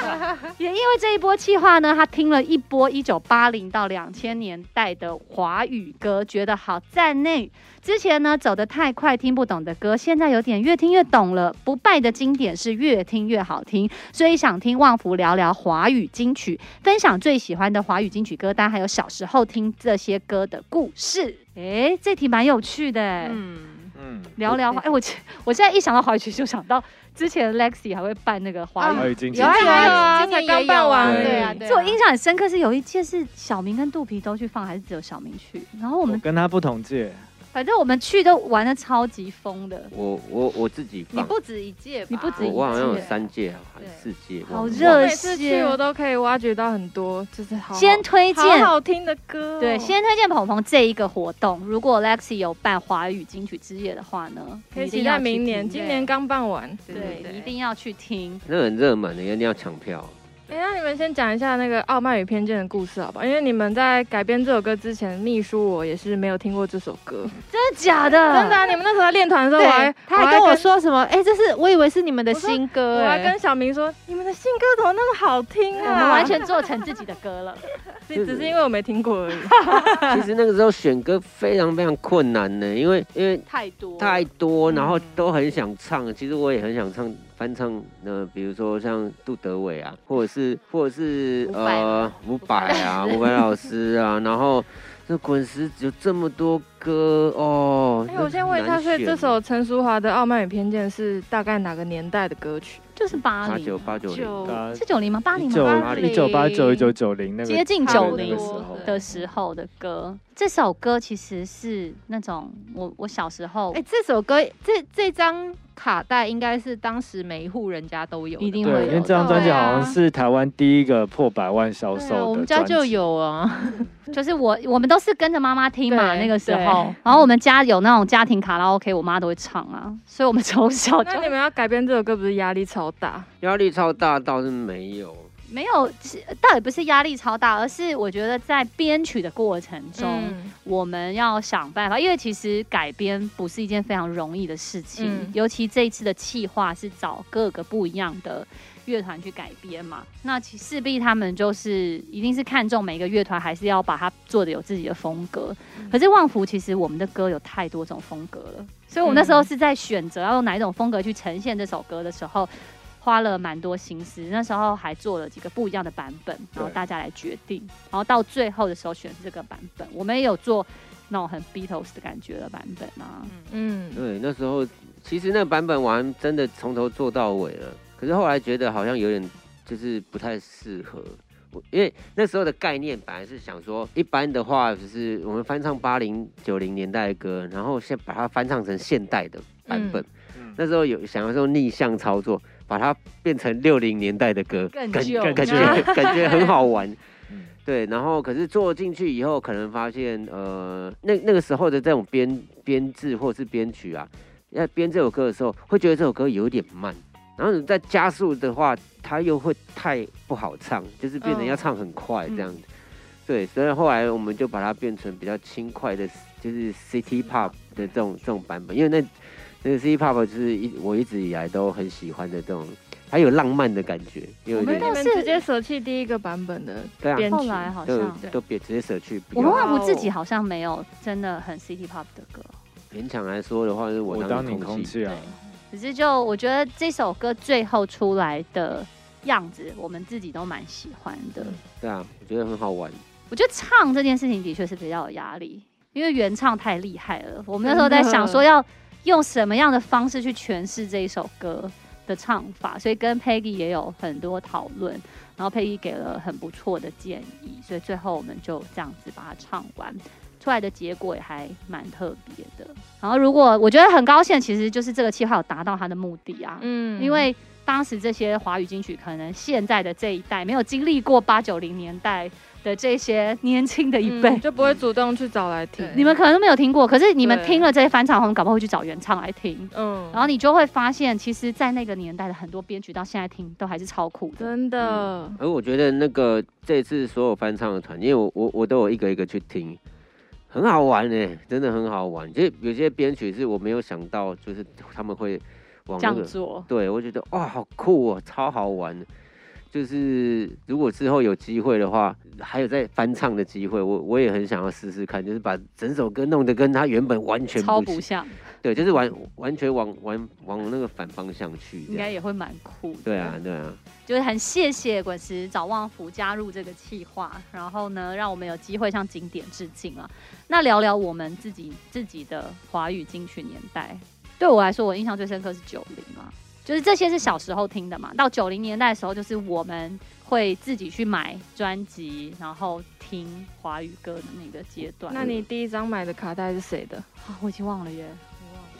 [SPEAKER 2] 也因为这一波气话呢，他听了一波一九八零到两千年代的华语歌，觉得好赞内。之前呢走得太快，听不懂的歌，现在有点越听越懂了。不败的经典是越听越好听，所以想听旺福聊聊华语金曲，分享最喜欢的华语金曲歌单，还有小时候听这些歌的故事。诶，这题蛮有趣的、诶
[SPEAKER 4] 嗯，
[SPEAKER 6] 嗯，
[SPEAKER 2] 聊聊华，哎、我其我现在一想到华语区，就想到之前 Lexi 还会办那个华语。
[SPEAKER 6] 还有金曲
[SPEAKER 3] 有啊
[SPEAKER 4] 有
[SPEAKER 3] 有
[SPEAKER 4] 啊有
[SPEAKER 3] 啊，
[SPEAKER 4] 啊
[SPEAKER 3] 今年
[SPEAKER 4] 才刚
[SPEAKER 3] 也有
[SPEAKER 4] 办完
[SPEAKER 6] 而已
[SPEAKER 3] 对啊，对啊
[SPEAKER 2] 就我印象很深刻，是有一届是小明跟肚皮都去放，还是只有小明去？然后我
[SPEAKER 6] 我
[SPEAKER 2] 们
[SPEAKER 6] 跟他不同届，
[SPEAKER 2] 反正我们去都玩的超级疯的，
[SPEAKER 1] 我我我自己
[SPEAKER 3] 你
[SPEAKER 1] 放，
[SPEAKER 3] 不止一届吧，
[SPEAKER 2] 你不止
[SPEAKER 1] 我
[SPEAKER 2] 一
[SPEAKER 1] 我好像有
[SPEAKER 2] 届
[SPEAKER 1] 三届还是
[SPEAKER 3] 对
[SPEAKER 1] 四届，
[SPEAKER 2] 好
[SPEAKER 1] 忘了
[SPEAKER 2] 热
[SPEAKER 4] 我
[SPEAKER 1] 忘了
[SPEAKER 4] 每次去我都可以挖掘到很多，就是好
[SPEAKER 2] 先推
[SPEAKER 4] 好
[SPEAKER 2] 荐。
[SPEAKER 4] 好听的歌哦、
[SPEAKER 2] 对，先推荐鹏鹏这一个活动。如果 Lexi 有办华语金曲之夜的话呢，
[SPEAKER 4] 可以
[SPEAKER 2] 你一定
[SPEAKER 4] 期
[SPEAKER 2] 要
[SPEAKER 4] 待
[SPEAKER 2] 去
[SPEAKER 4] 明年，
[SPEAKER 2] 听
[SPEAKER 4] 今年刚办完。
[SPEAKER 2] 对，你一定要去听。
[SPEAKER 1] 那很热门的，一定要抢票。
[SPEAKER 4] 哎、那你们先讲一下那个《傲慢与偏见》的故事好不好？因为你们在改编这首歌之前，秘书我也是没有听过这首歌。
[SPEAKER 2] 真的假的？
[SPEAKER 4] 真的、啊，你们那时候在练团的时候，我还
[SPEAKER 3] 对，他还跟我，说什么？哎，这是我以为是你们的
[SPEAKER 4] 我说
[SPEAKER 3] 新
[SPEAKER 4] 我
[SPEAKER 3] 歌，
[SPEAKER 4] 还
[SPEAKER 3] 哎
[SPEAKER 4] 跟，小明说，你们的新歌怎么那么好听
[SPEAKER 2] 我
[SPEAKER 4] 啊？
[SPEAKER 2] 们完全做成自己的歌了。
[SPEAKER 4] 只只是因为我没听过而已。
[SPEAKER 1] 其实那个时候选歌非常非常困难呢，因为因为
[SPEAKER 2] 太多了
[SPEAKER 1] 太
[SPEAKER 4] 嗯
[SPEAKER 1] 多，然后都很想唱。其实我也很想唱翻唱，呃，比如说像杜德伟啊，或者是或者是
[SPEAKER 2] 伍佰
[SPEAKER 1] 呃伍佰啊，伍佰老师啊， 然后这滚石有这么多歌哦。
[SPEAKER 4] 哎、我先问一下，
[SPEAKER 1] 难
[SPEAKER 4] 所以这
[SPEAKER 1] 选
[SPEAKER 4] 首陈淑华的《傲慢与偏见》是大概哪个年代的歌曲？
[SPEAKER 2] 就是八
[SPEAKER 1] 八
[SPEAKER 2] 零
[SPEAKER 1] 九八九零，
[SPEAKER 6] 大
[SPEAKER 2] 是九零吗？八零
[SPEAKER 6] 一
[SPEAKER 2] 吗？
[SPEAKER 6] 九
[SPEAKER 2] 八
[SPEAKER 6] 一九八九一九九零那个
[SPEAKER 2] 接近
[SPEAKER 6] 差不
[SPEAKER 2] 九
[SPEAKER 6] 多那
[SPEAKER 2] 零
[SPEAKER 6] 个时候
[SPEAKER 2] 的时候的歌。这首歌其实是那种我我小时候
[SPEAKER 3] 哎，这首歌这这张卡带应该是当时每一户人家都有的吧，
[SPEAKER 2] 一定会
[SPEAKER 6] 对，因为
[SPEAKER 2] 有
[SPEAKER 6] 这张专辑
[SPEAKER 4] 对啊
[SPEAKER 6] 好像是台湾第一个破百万销售
[SPEAKER 3] 对
[SPEAKER 6] 的
[SPEAKER 3] 啊，我们家
[SPEAKER 6] 专辑
[SPEAKER 3] 就。有啊，
[SPEAKER 2] 就是我我们都是跟着妈妈听嘛，
[SPEAKER 3] 对
[SPEAKER 2] 那个时
[SPEAKER 3] 对
[SPEAKER 2] 候，然后我们家有那种家庭卡拉 OK，我妈都会唱啊，所以我们从小就
[SPEAKER 4] 那你们要改编这首歌，不是压力超大？
[SPEAKER 1] 压力超大倒是没有。
[SPEAKER 2] 没有，是倒也不是压力超大，而是我觉得在编曲的过程中，
[SPEAKER 4] 嗯，
[SPEAKER 2] 我们要想办法，因为其实改编不是一件非常容易的事情，
[SPEAKER 4] 嗯
[SPEAKER 2] 尤其这一次的企划是找各个不一样的乐团去改编嘛，那其势必他们就是一定是看中每一个乐团，还是要把它做的有自己的风格。可是旺福其实我们的歌有太多种风格了，所以我们那时候是在选择要用哪一种风格去呈现这首歌的时候。花了蛮多心思，那时候还做了几个不一样的版本，然后
[SPEAKER 6] 对
[SPEAKER 2] 大家来决定，然后到最后的时候选这个版本。我们也有做那种很 Beatles 的感觉的版本啊。
[SPEAKER 4] 嗯，
[SPEAKER 1] 对，那时候其实那个版本玩真的从头做到尾了，可是后来觉得好像有点就是不太适合。我因为那时候的概念本来是想说，一般的话就是我们翻唱八零九零年代的歌，然后先把它翻唱成现代的版本。
[SPEAKER 6] 嗯
[SPEAKER 1] 那时候有想要说逆向操作，把它变成六零年代的歌，
[SPEAKER 2] 更
[SPEAKER 1] 感
[SPEAKER 2] 旧
[SPEAKER 1] 感觉感觉很好玩。
[SPEAKER 6] 嗯
[SPEAKER 1] 对，然后可是做进去以后，可能发现，呃，那那个时候的这种编编制或是编曲啊，要编这首歌的时候，会觉得这首歌有点慢，然后你再加速的话，它又会太不好唱，就是变成
[SPEAKER 4] 嗯
[SPEAKER 1] 要唱很快这样子。对，所以后来我们就把它变成比较轻快的，就是 City Pop 的这种这种版本，因为那那个 City Pop 就是一我一直以来都很喜欢的这种，还有浪漫的感觉，有
[SPEAKER 4] 我们
[SPEAKER 1] 点
[SPEAKER 4] 你们直接舍弃第一个版本的
[SPEAKER 1] 对啊。
[SPEAKER 4] 编
[SPEAKER 2] 后
[SPEAKER 4] 曲，
[SPEAKER 2] 来好
[SPEAKER 1] 都
[SPEAKER 2] 像
[SPEAKER 1] 都别直接舍去，不
[SPEAKER 2] 我们
[SPEAKER 1] 要
[SPEAKER 2] 万福自己好像没有真的很 City Pop 的歌，
[SPEAKER 1] 勉强来说的话，是我
[SPEAKER 6] 我
[SPEAKER 1] 当
[SPEAKER 6] 当
[SPEAKER 1] 你
[SPEAKER 6] 你
[SPEAKER 1] 空
[SPEAKER 6] 空
[SPEAKER 1] 气。
[SPEAKER 6] 气啊，
[SPEAKER 2] 只是就我觉得这首歌最后出来的样子，我们自己都蛮喜欢的。
[SPEAKER 1] 对啊，我觉得很好玩。
[SPEAKER 2] 我觉得唱这件事情的确是比较有压力，因为原唱太厉害了。我们那时候在想说要用什么样的方式去诠释这一首歌的唱法，所以跟 Peggy 也有很多讨论，然后 Peggy 给了很不错的建议，所以最后我们就这样子把它唱完。出来的结果也还蛮特别的，然后如果我觉得很高兴，其实就是这个计划有达到它的目的啊，
[SPEAKER 4] 嗯
[SPEAKER 2] 因为当时这些华语金曲，可能现在的这一代没有经历过八九零年代的这些年轻的一辈。
[SPEAKER 4] 嗯就不会主动去找来听。
[SPEAKER 2] 你们可能都没有听过，可是你们
[SPEAKER 4] 对
[SPEAKER 2] 听了这些翻唱后，搞不好会去找原唱来听，
[SPEAKER 4] 嗯，
[SPEAKER 2] 然后你就会发现，其实，在那个年代的很多编曲到现在听都还是超酷的。
[SPEAKER 4] 真的，
[SPEAKER 1] 而我觉得那个这次所有翻唱的团，因为我我我都有一个一个去听，很好玩哎、真的很好玩。就是有些编曲是我没有想到，就是他们会往
[SPEAKER 2] 这
[SPEAKER 1] 那
[SPEAKER 2] 样
[SPEAKER 1] 个，
[SPEAKER 2] 做，
[SPEAKER 1] 对我觉得哇，好酷哦、超好玩的。就是如果之后有机会的话，还有再翻唱的机会，我我也很想要试试看，就是把整首歌弄得跟它原本完全
[SPEAKER 2] 超
[SPEAKER 1] 不
[SPEAKER 2] 不
[SPEAKER 1] 像，
[SPEAKER 2] 像，
[SPEAKER 1] 对，就是完完全往往往那个反方向去这
[SPEAKER 2] 应该
[SPEAKER 1] 样。
[SPEAKER 2] 也会蛮酷
[SPEAKER 1] 啊
[SPEAKER 2] 的。
[SPEAKER 1] 对啊，对啊，
[SPEAKER 2] 就是很谢谢滚石找旺福加入这个企划，然后呢，让我们有机会向景点致敬啊。那聊聊我们自己自己的华语金曲年代，对我来说，我印象最深刻是九零啊，就是这些是小时候听的嘛。到九零年代的时候，就是我们会自己去买专辑，然后听华语歌的那个阶段。
[SPEAKER 4] 那你第一张买的卡带是谁的？
[SPEAKER 2] 啊，我已经忘了耶，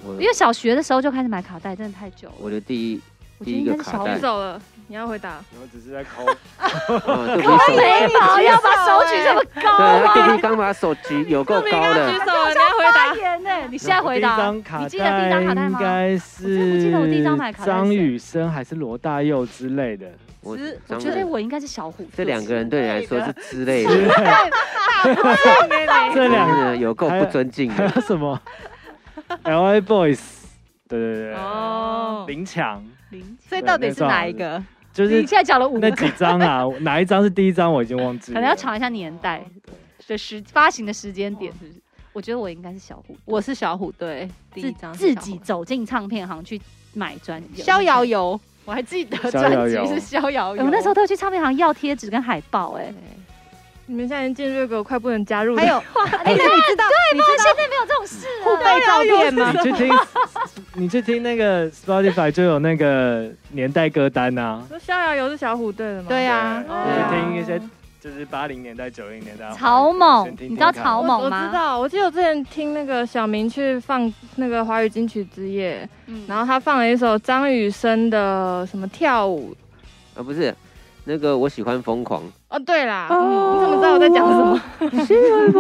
[SPEAKER 1] 我
[SPEAKER 2] 因为小学的时候就开始买卡带，真的太久了。
[SPEAKER 1] 我的第一
[SPEAKER 2] 我觉
[SPEAKER 1] 第
[SPEAKER 2] 得
[SPEAKER 1] 一
[SPEAKER 2] 应该
[SPEAKER 1] 个
[SPEAKER 2] 是
[SPEAKER 1] 卡
[SPEAKER 2] 小
[SPEAKER 1] 带
[SPEAKER 4] 举，手了，你要回答。
[SPEAKER 6] 然后只是在抠，
[SPEAKER 1] 啊，对不起，
[SPEAKER 2] 没毛要把手举这么高
[SPEAKER 1] 对，
[SPEAKER 2] 啊！
[SPEAKER 1] 他弟弟刚把手举有够高
[SPEAKER 4] 举
[SPEAKER 1] 的，
[SPEAKER 4] 手了，你要回答。
[SPEAKER 2] 天呢、你现在回
[SPEAKER 6] 第一
[SPEAKER 2] 答
[SPEAKER 6] 张，卡
[SPEAKER 2] 你记得第一张卡带
[SPEAKER 6] 带应
[SPEAKER 2] 吗？
[SPEAKER 6] 该
[SPEAKER 2] 我真的不记
[SPEAKER 6] 是
[SPEAKER 2] 得我第一张买卡带是谁
[SPEAKER 6] 张雨生还是罗大佑之类的，
[SPEAKER 1] 我
[SPEAKER 3] 是
[SPEAKER 2] 我
[SPEAKER 1] 张
[SPEAKER 2] 觉得
[SPEAKER 1] 远
[SPEAKER 2] 我应该是小虎队。
[SPEAKER 1] 这两个人对你来说是之类
[SPEAKER 6] 之类
[SPEAKER 1] 的，
[SPEAKER 6] 的这
[SPEAKER 1] 真
[SPEAKER 6] 两个
[SPEAKER 1] 的有够不尊敬
[SPEAKER 6] 还
[SPEAKER 1] 的。
[SPEAKER 6] 有什么 L A Boys，对对对，
[SPEAKER 4] 哦，
[SPEAKER 6] 林强，
[SPEAKER 2] 林
[SPEAKER 3] 啊所以到底是哪一个？
[SPEAKER 6] 就
[SPEAKER 2] 你
[SPEAKER 6] 是
[SPEAKER 2] 现在讲了
[SPEAKER 1] 嗯
[SPEAKER 2] 五
[SPEAKER 6] 那
[SPEAKER 2] 个，
[SPEAKER 6] 几张啊，哪一张是第一张我已经忘记
[SPEAKER 2] 可
[SPEAKER 6] 了，
[SPEAKER 2] 能要查一下年代的时发行的时间点，是不是？我觉得我应该是小虎队，
[SPEAKER 3] 我是小虎队，第一
[SPEAKER 2] 自
[SPEAKER 3] 张是
[SPEAKER 2] 自
[SPEAKER 3] 小虎
[SPEAKER 2] 己走进唱片行去买专辑。
[SPEAKER 3] 逍遥游，我还记得
[SPEAKER 6] 逍遥
[SPEAKER 3] 专辑
[SPEAKER 6] 游
[SPEAKER 3] 是逍遥游，
[SPEAKER 2] 哎，我那时候都有去唱片行要贴纸跟海报、哎
[SPEAKER 4] 啊
[SPEAKER 3] 对。。
[SPEAKER 4] 你们现在已经进入一个我快不能加入了。
[SPEAKER 3] 还有，哎，你知道，你知道
[SPEAKER 2] 现在没有这种事
[SPEAKER 3] 互
[SPEAKER 2] 了。
[SPEAKER 3] 背照片吗
[SPEAKER 6] 你？去听，你去听那个 Spotify 就有那个年代歌单啊，
[SPEAKER 4] 说逍遥游是小虎队的吗？
[SPEAKER 3] 对啊，
[SPEAKER 4] 哦
[SPEAKER 6] 你
[SPEAKER 3] 对
[SPEAKER 6] 去
[SPEAKER 3] 啊
[SPEAKER 6] 听一些就是八零年代、九零年代的华语歌。
[SPEAKER 2] 草蜢
[SPEAKER 6] 先听听
[SPEAKER 2] 你知道
[SPEAKER 6] 看
[SPEAKER 2] 草
[SPEAKER 4] 我，
[SPEAKER 2] 蜢
[SPEAKER 4] 我
[SPEAKER 2] 吗
[SPEAKER 4] 知道，我记得我之前听那个小明去放那个华语金曲之夜，
[SPEAKER 2] 嗯
[SPEAKER 4] 然后他放了一首张雨生的什么跳舞。
[SPEAKER 1] 啊，不是，那个我喜欢疯狂，
[SPEAKER 4] 哦，对啦，嗯你怎么知道我在讲什么？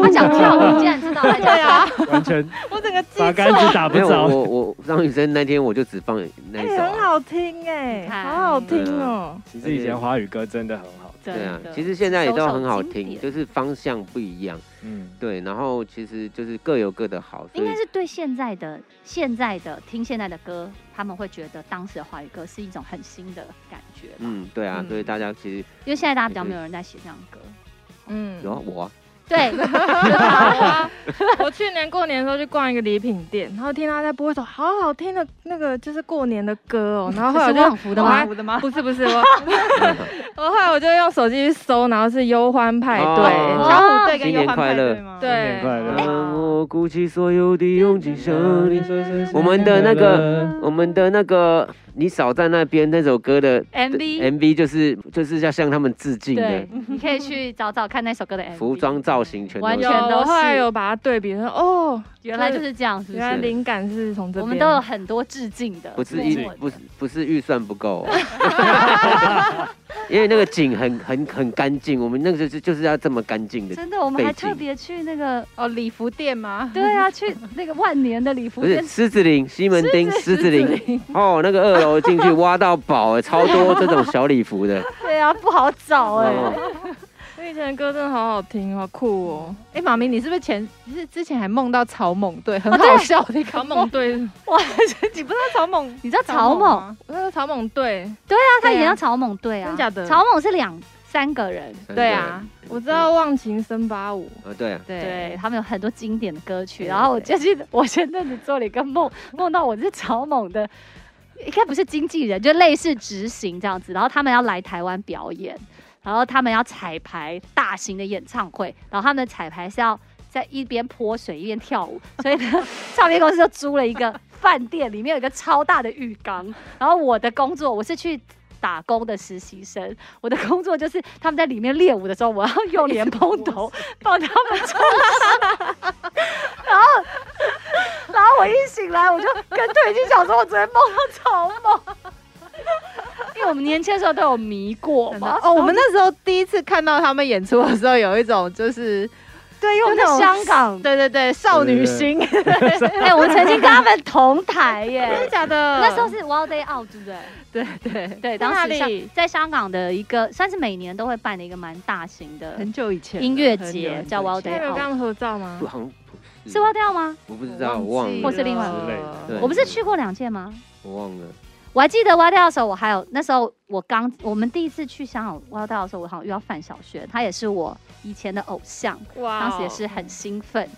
[SPEAKER 2] 他讲跳舞，你竟然知道他讲
[SPEAKER 4] 对
[SPEAKER 2] 跳
[SPEAKER 4] 啊，
[SPEAKER 6] 完全
[SPEAKER 4] 我整个记
[SPEAKER 6] 把
[SPEAKER 4] 错。
[SPEAKER 6] 杆子打不
[SPEAKER 1] 没有
[SPEAKER 6] 着。
[SPEAKER 1] 我我张雨生那天我就只放那
[SPEAKER 4] 哎、
[SPEAKER 1] 一首
[SPEAKER 4] 很
[SPEAKER 1] 啊。
[SPEAKER 4] 好听哎、
[SPEAKER 2] 你看
[SPEAKER 4] 好好听哦、
[SPEAKER 6] 其实以前华语歌真的很好，
[SPEAKER 2] 舞。
[SPEAKER 1] 对啊
[SPEAKER 2] 真，的
[SPEAKER 1] 其实现在也都很好
[SPEAKER 2] 首首经
[SPEAKER 1] 听，
[SPEAKER 2] 典
[SPEAKER 1] 就是方向不一样。
[SPEAKER 6] 嗯，
[SPEAKER 1] 对，然后其实就是各有各的好，所
[SPEAKER 2] 应
[SPEAKER 1] 以
[SPEAKER 2] 该是对现在的现在的听现在的歌，他们会觉得当时的华语歌是一种很新的感觉吧。
[SPEAKER 1] 嗯，对啊，
[SPEAKER 4] 嗯
[SPEAKER 1] 所以大家其实
[SPEAKER 2] 因为现在大家比较没有人在写这样的歌。
[SPEAKER 4] 嗯，
[SPEAKER 1] 有啊我 啊
[SPEAKER 2] 对，
[SPEAKER 4] 好啊！ 我去年过年的时候去逛一个礼品店，然后听他在播一首好好听的那个就是过年的歌哦、然后后来
[SPEAKER 2] 是
[SPEAKER 4] 我就
[SPEAKER 2] 旺福的
[SPEAKER 4] 我
[SPEAKER 2] 吗
[SPEAKER 4] 还？
[SPEAKER 3] 我的吗？
[SPEAKER 4] 不是不是我，我后来我就用手机去搜，然后是忧欢派对，
[SPEAKER 1] 哦
[SPEAKER 3] 小虎队
[SPEAKER 1] 新
[SPEAKER 3] 跟
[SPEAKER 1] 年
[SPEAKER 3] 忧欢
[SPEAKER 1] 快
[SPEAKER 3] 派
[SPEAKER 1] 乐
[SPEAKER 3] 对吗？
[SPEAKER 4] 对
[SPEAKER 6] 新年快乐。
[SPEAKER 1] 让我鼓起所有的勇气向你我
[SPEAKER 6] 我
[SPEAKER 1] 们的那个，我们的那个，你少在那边那首歌的
[SPEAKER 2] MV
[SPEAKER 1] MV 就是就是要向他们致敬的
[SPEAKER 2] 对，，你可以去找找看那首 歌的 MV。
[SPEAKER 1] 服装造型全
[SPEAKER 2] 完
[SPEAKER 1] 都
[SPEAKER 4] 有
[SPEAKER 1] 是。
[SPEAKER 2] 全都
[SPEAKER 4] 我后来
[SPEAKER 2] 是
[SPEAKER 4] 有把它对比，说哦，
[SPEAKER 2] 原来就是这样，是不
[SPEAKER 4] 原来
[SPEAKER 2] 是？
[SPEAKER 4] 灵感是从这边。
[SPEAKER 2] 我们都有很多致敬的，
[SPEAKER 1] 不是
[SPEAKER 2] 默
[SPEAKER 1] 预
[SPEAKER 2] 默的
[SPEAKER 1] 不是不是预算不够、哦 因为那个景很很很干净，我们那个就是就是要这么干净的，
[SPEAKER 2] 真的，我们还
[SPEAKER 1] 背景
[SPEAKER 2] 特别去那个，
[SPEAKER 3] 哦，礼服店吗？
[SPEAKER 2] 对啊，去那个万年的礼服
[SPEAKER 1] 不是
[SPEAKER 2] 店，
[SPEAKER 1] 狮子林、西门町、狮子林哦，那个二楼进去挖到宝、 哎超多这种小礼服的，
[SPEAKER 2] 对啊，不好找哎、
[SPEAKER 1] 哦，
[SPEAKER 4] 我以前的歌真的好好听，好酷哦！
[SPEAKER 3] 哎，妈咪，你是不是前你是之前还梦到草蜢队，很
[SPEAKER 2] 哦对
[SPEAKER 3] 好笑的一个
[SPEAKER 4] 草
[SPEAKER 3] 梦
[SPEAKER 4] 蜢队，
[SPEAKER 2] 哇，
[SPEAKER 3] 你不知道草蜢？
[SPEAKER 2] 你知道草蜢？
[SPEAKER 3] 吗？
[SPEAKER 4] 那个草蜢队，
[SPEAKER 2] 那他
[SPEAKER 4] 对啊
[SPEAKER 2] 也叫草蜢队啊？
[SPEAKER 4] 真假的
[SPEAKER 2] 草蜢是两三个人，
[SPEAKER 3] 对啊
[SPEAKER 1] 真的，
[SPEAKER 4] 我知道忘情森八五，
[SPEAKER 1] 啊，对啊，
[SPEAKER 2] 对
[SPEAKER 3] 对，
[SPEAKER 2] 他们有很多经典的歌曲。
[SPEAKER 3] 对
[SPEAKER 2] 然后我就记得我前阵子做了一个梦，梦到我是草蜢的，应该不是经纪人，就类似执行这样子。然后他们要来台湾表演，然后他们要彩排大型的演唱会，然后他们的彩排是要。在一边泼水一边跳舞，所以呢， 唱片公司就租了一个饭店，里面有一个超大的浴缸。然后我的工作，我是去打工的实习生，我的工作就是他们在里面练舞的时候，我要用莲蓬 头帮他们冲 然后，然后我一醒来，我就跟对镜讲说，我昨天梦到草蜢。因为我们年轻的时候都有迷过嘛。
[SPEAKER 3] 哦，我们那时候第一次看到他们演出的时候，有一种就是
[SPEAKER 2] 对，因为我们
[SPEAKER 3] 就
[SPEAKER 2] 在
[SPEAKER 3] 那种
[SPEAKER 2] 香港，
[SPEAKER 3] 对对对少女心，真
[SPEAKER 2] 哎，哦我们曾经跟他们同台耶
[SPEAKER 3] 的。假的？
[SPEAKER 2] 那时候是 Wild Day Out，对不对？
[SPEAKER 3] 对对，
[SPEAKER 2] 对，
[SPEAKER 4] 在
[SPEAKER 2] 当
[SPEAKER 4] 哪
[SPEAKER 2] 时像
[SPEAKER 4] 里
[SPEAKER 2] 在香港的一个，算是每年都会办的一个蛮大型的，
[SPEAKER 3] 很久以前
[SPEAKER 2] 音乐
[SPEAKER 3] 了很
[SPEAKER 2] 节
[SPEAKER 3] 久很
[SPEAKER 2] 叫
[SPEAKER 3] 久以
[SPEAKER 2] Wild
[SPEAKER 3] 前
[SPEAKER 4] 那
[SPEAKER 2] Day
[SPEAKER 4] 有跟他们合照吗
[SPEAKER 1] 不？好像不
[SPEAKER 2] 是 Wild Day Out 吗？
[SPEAKER 1] 我不知道，我忘
[SPEAKER 2] 或
[SPEAKER 1] 了，
[SPEAKER 2] 是另外
[SPEAKER 6] 之类的
[SPEAKER 1] 对
[SPEAKER 2] 我不是去过两届吗？
[SPEAKER 1] 我忘了。
[SPEAKER 2] 我还记得 Wild Out 的时候，我还有那时候我刚我们第一次去香港 Wild Out 的时候，我好像遇到范晓萱，她也是我以前的偶像，
[SPEAKER 4] 哇
[SPEAKER 2] 当时也是很兴奋。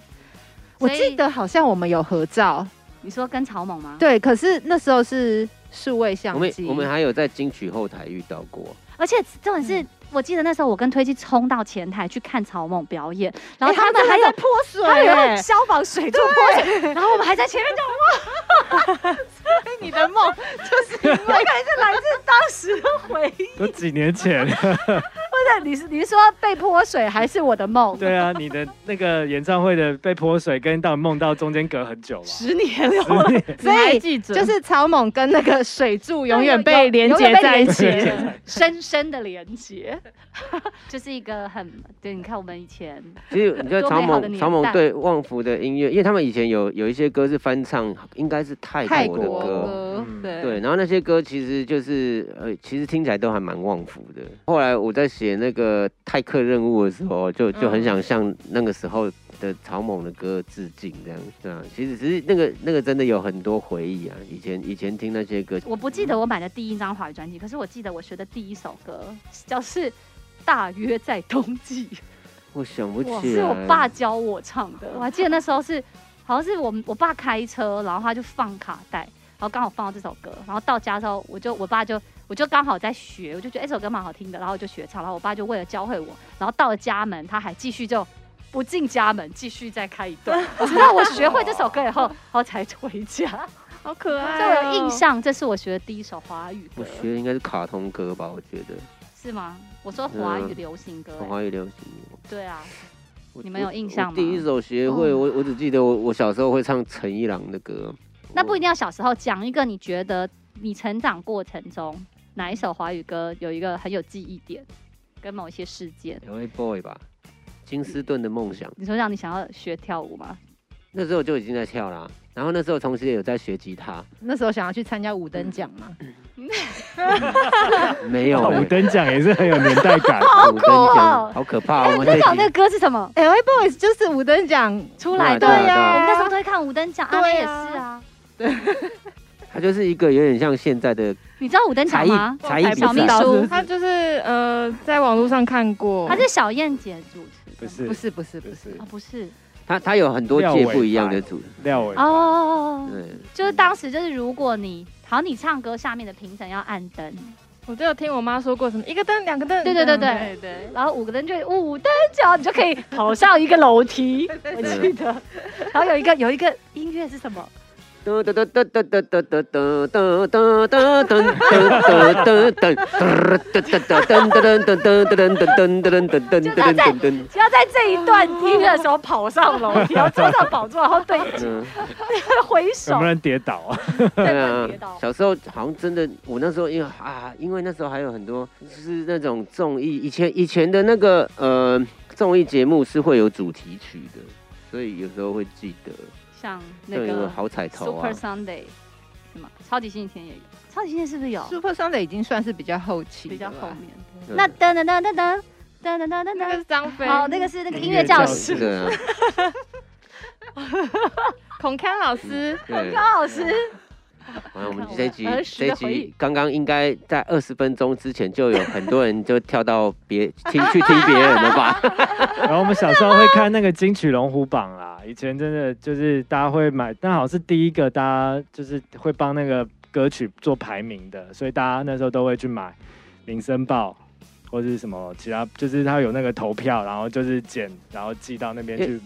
[SPEAKER 3] 我
[SPEAKER 2] 所以
[SPEAKER 3] 记得好像我们有合照，
[SPEAKER 2] 你说跟草蜢吗？，
[SPEAKER 3] 对，可是那时候是数位相
[SPEAKER 1] 我们
[SPEAKER 3] 机，
[SPEAKER 1] 我们还有在金曲后台遇到过，
[SPEAKER 2] 而且重点是。我记得那时候我跟推机冲到前台去看草蜢表演，然后
[SPEAKER 3] 哎他
[SPEAKER 2] 他
[SPEAKER 3] 们
[SPEAKER 2] 们还
[SPEAKER 3] 真的
[SPEAKER 2] 有
[SPEAKER 3] 在泼水
[SPEAKER 2] 他们有
[SPEAKER 3] 欸，
[SPEAKER 2] 用消防水柱泼水，然后我们还在前面讲
[SPEAKER 3] 你的梦就是 因为
[SPEAKER 2] 当时的回忆。
[SPEAKER 6] 都几年前。
[SPEAKER 2] 不是，你是你是说被泼水还是我的梦？
[SPEAKER 6] 对啊，你的那个演唱会的被泼水跟到梦到中间隔很久吧？
[SPEAKER 2] 十年了，
[SPEAKER 6] 十年
[SPEAKER 4] 你
[SPEAKER 3] 所
[SPEAKER 4] 还
[SPEAKER 3] 以
[SPEAKER 4] 记着
[SPEAKER 3] 就是草蜢跟那个水柱永远
[SPEAKER 2] 有
[SPEAKER 3] 被
[SPEAKER 2] 有
[SPEAKER 3] 连
[SPEAKER 2] 永
[SPEAKER 3] 接
[SPEAKER 2] 远被
[SPEAKER 3] 在一
[SPEAKER 2] 连
[SPEAKER 3] 起。
[SPEAKER 2] 接深深的连接， 就是一个很对。你看我们以前
[SPEAKER 1] 其实你知道
[SPEAKER 2] 多
[SPEAKER 1] 草
[SPEAKER 2] 美好
[SPEAKER 1] 蜢
[SPEAKER 2] 的年
[SPEAKER 1] 草蜢
[SPEAKER 2] 代
[SPEAKER 1] 对旺福的音乐，因为他们以前有有一些歌是翻唱，应该是泰国的
[SPEAKER 3] 国
[SPEAKER 1] 歌。
[SPEAKER 2] 哦
[SPEAKER 3] 歌
[SPEAKER 6] 嗯
[SPEAKER 3] 对
[SPEAKER 1] 对，然后那些歌其实就是，呃，其实听起来都还蛮旺福的。后来我在写那个泰克任务的时候，就就
[SPEAKER 2] 嗯
[SPEAKER 1] 很想向那个时候的草蜢的歌致敬，这样对啊。其实只是那个那个真的有很多回忆啊，以前以前听那些歌，
[SPEAKER 2] 我不记得我买的第一张华语专辑，可是我记得我学的第一首歌就是《大约在冬季
[SPEAKER 1] 我想不》，起
[SPEAKER 2] 是
[SPEAKER 1] 来。
[SPEAKER 2] 我爸教我唱的。我还记得那时候是，好像是我们我爸开车，然后他就放卡带，然后刚好放到这首歌，然后到家之后，我就我爸就我就刚好在学，我就觉得哎这首歌蛮好听的，然后我就学唱，然后我爸就为了教会我，然后到了家门，他还继续就。不进家门，继续再开一段。我直到我学会这首歌以后，然后才回家。
[SPEAKER 4] 好可爱、哦
[SPEAKER 2] 所以我有印。象，这是我学的第一首华语歌
[SPEAKER 1] 我，学的哎应该是卡通歌吧，我觉得
[SPEAKER 2] 是吗？我说华语流行歌、欸
[SPEAKER 1] 华语流行乐。
[SPEAKER 2] 对啊，
[SPEAKER 1] 我
[SPEAKER 2] 你们有
[SPEAKER 1] 我
[SPEAKER 2] 印象
[SPEAKER 1] 我
[SPEAKER 2] 吗
[SPEAKER 1] 第一首学会，
[SPEAKER 2] 哦
[SPEAKER 1] 我我只记得我我小时候会唱陈一郎的歌。
[SPEAKER 2] 那不一
[SPEAKER 1] 定。
[SPEAKER 2] 定要小时候，讲一个你觉得你成长过程中哪一首华语歌有一个很有记忆点，跟某一些事件。
[SPEAKER 1] L A Boy 吧，金斯顿的梦想。
[SPEAKER 2] 你说让你想要学跳舞吗？
[SPEAKER 1] 那时候就已经在跳啦，然后那时候同时也有在学吉他，
[SPEAKER 3] 那时候想要去参加五等奖嘛，
[SPEAKER 1] 没有、
[SPEAKER 6] 哇
[SPEAKER 1] 欸
[SPEAKER 6] 五。等奖也是很有年代 感。
[SPEAKER 1] 好
[SPEAKER 2] 酷哦
[SPEAKER 1] 好可怕、我们
[SPEAKER 2] 那
[SPEAKER 1] 这
[SPEAKER 2] 首
[SPEAKER 1] 集
[SPEAKER 2] 那个歌是什么？
[SPEAKER 3] L A Boys 就是五等奖
[SPEAKER 2] 出来的
[SPEAKER 1] 对啊对啊
[SPEAKER 2] 我们那时候都会看五等奖，阿妹
[SPEAKER 3] 对
[SPEAKER 2] 也是
[SPEAKER 3] 啊
[SPEAKER 2] 啊。
[SPEAKER 1] 它就是一个有点像现在的
[SPEAKER 2] 你知道五等
[SPEAKER 1] 才
[SPEAKER 2] 奖
[SPEAKER 1] 艺
[SPEAKER 2] 吗？
[SPEAKER 1] 才艺比
[SPEAKER 2] 小秘
[SPEAKER 1] 赛，
[SPEAKER 2] 书，
[SPEAKER 4] 他就是呃，在网络上看过，
[SPEAKER 2] 她是小燕姐主持的，
[SPEAKER 6] 不是
[SPEAKER 3] 不是不是不
[SPEAKER 6] 不
[SPEAKER 3] 是，
[SPEAKER 6] 是
[SPEAKER 2] 哦，不是
[SPEAKER 1] 它它有很多届不一样的组，
[SPEAKER 6] 廖伟
[SPEAKER 4] 啊
[SPEAKER 2] 哦，哦，哦哦
[SPEAKER 1] 对，
[SPEAKER 2] 就是当时就是如果你好，你唱歌下面的评审要按灯，
[SPEAKER 4] 我就有听我妈说过什么一个灯两个灯，
[SPEAKER 2] 对对对
[SPEAKER 4] 这样
[SPEAKER 2] 对然后五个灯就五灯奖，你就可以跑上一个楼梯，我记得。 然后有一个有一个音乐是什么？
[SPEAKER 1] 噔噔噔噔噔噔噔噔噔噔噔噔噔噔噔噔噔噔噔噔噔噔噔噔噔噔噔噔噔噔。
[SPEAKER 2] 只要在这一段音乐的时候跑上 楼梯，然后坐上宝座，然后对
[SPEAKER 1] 嗯，
[SPEAKER 2] 挥
[SPEAKER 6] 有
[SPEAKER 2] 手
[SPEAKER 6] 没有，人跌倒啊？
[SPEAKER 2] 对
[SPEAKER 1] 对
[SPEAKER 2] 不
[SPEAKER 1] 啊
[SPEAKER 2] 能跌倒，。
[SPEAKER 1] 小时候好像真的，我那时候因为啊，因为那时候还有很多就是那种综艺，以前以前的那个呃综艺节目是会有主题曲的，所以有时候会记得，
[SPEAKER 2] 像那
[SPEAKER 1] 像有
[SPEAKER 2] 个
[SPEAKER 1] 好彩头
[SPEAKER 2] Super
[SPEAKER 1] 啊，
[SPEAKER 2] Sunday 是吗？超级星期天也有，超级星期天是不是有？
[SPEAKER 3] Super Sunday 已经算是比较后期的
[SPEAKER 2] 比
[SPEAKER 3] 吧，
[SPEAKER 2] 较后面。
[SPEAKER 1] 对
[SPEAKER 2] 那噔噔噔噔噔噔噔噔噔
[SPEAKER 4] 那个
[SPEAKER 2] 噔
[SPEAKER 4] 是，张飞，
[SPEAKER 2] 哦好，那个是那个音乐
[SPEAKER 6] 音乐教
[SPEAKER 2] 教
[SPEAKER 6] 室
[SPEAKER 2] 室。
[SPEAKER 1] 对啊，
[SPEAKER 4] 孔锵老师，
[SPEAKER 1] 啊对。
[SPEAKER 2] 高老师，
[SPEAKER 1] 完了，我们
[SPEAKER 2] 看我
[SPEAKER 1] 这一
[SPEAKER 2] 们
[SPEAKER 1] 集
[SPEAKER 2] 儿时
[SPEAKER 1] 这一
[SPEAKER 2] 的回
[SPEAKER 1] 集
[SPEAKER 2] 忆
[SPEAKER 1] 刚刚应该在二十分钟之前就有很多人就跳到 别听去听别人了吧？
[SPEAKER 6] 然后我们小时候会看那个金曲龙虎榜啦，以前真的就是大家会买，但好像是第一个大家就是会帮那个歌曲做排名的，所以大家那时候都会去买《民生报》或者什么其他，就是它有那个投票，然后就是剪，然后寄到那边去。
[SPEAKER 1] 哎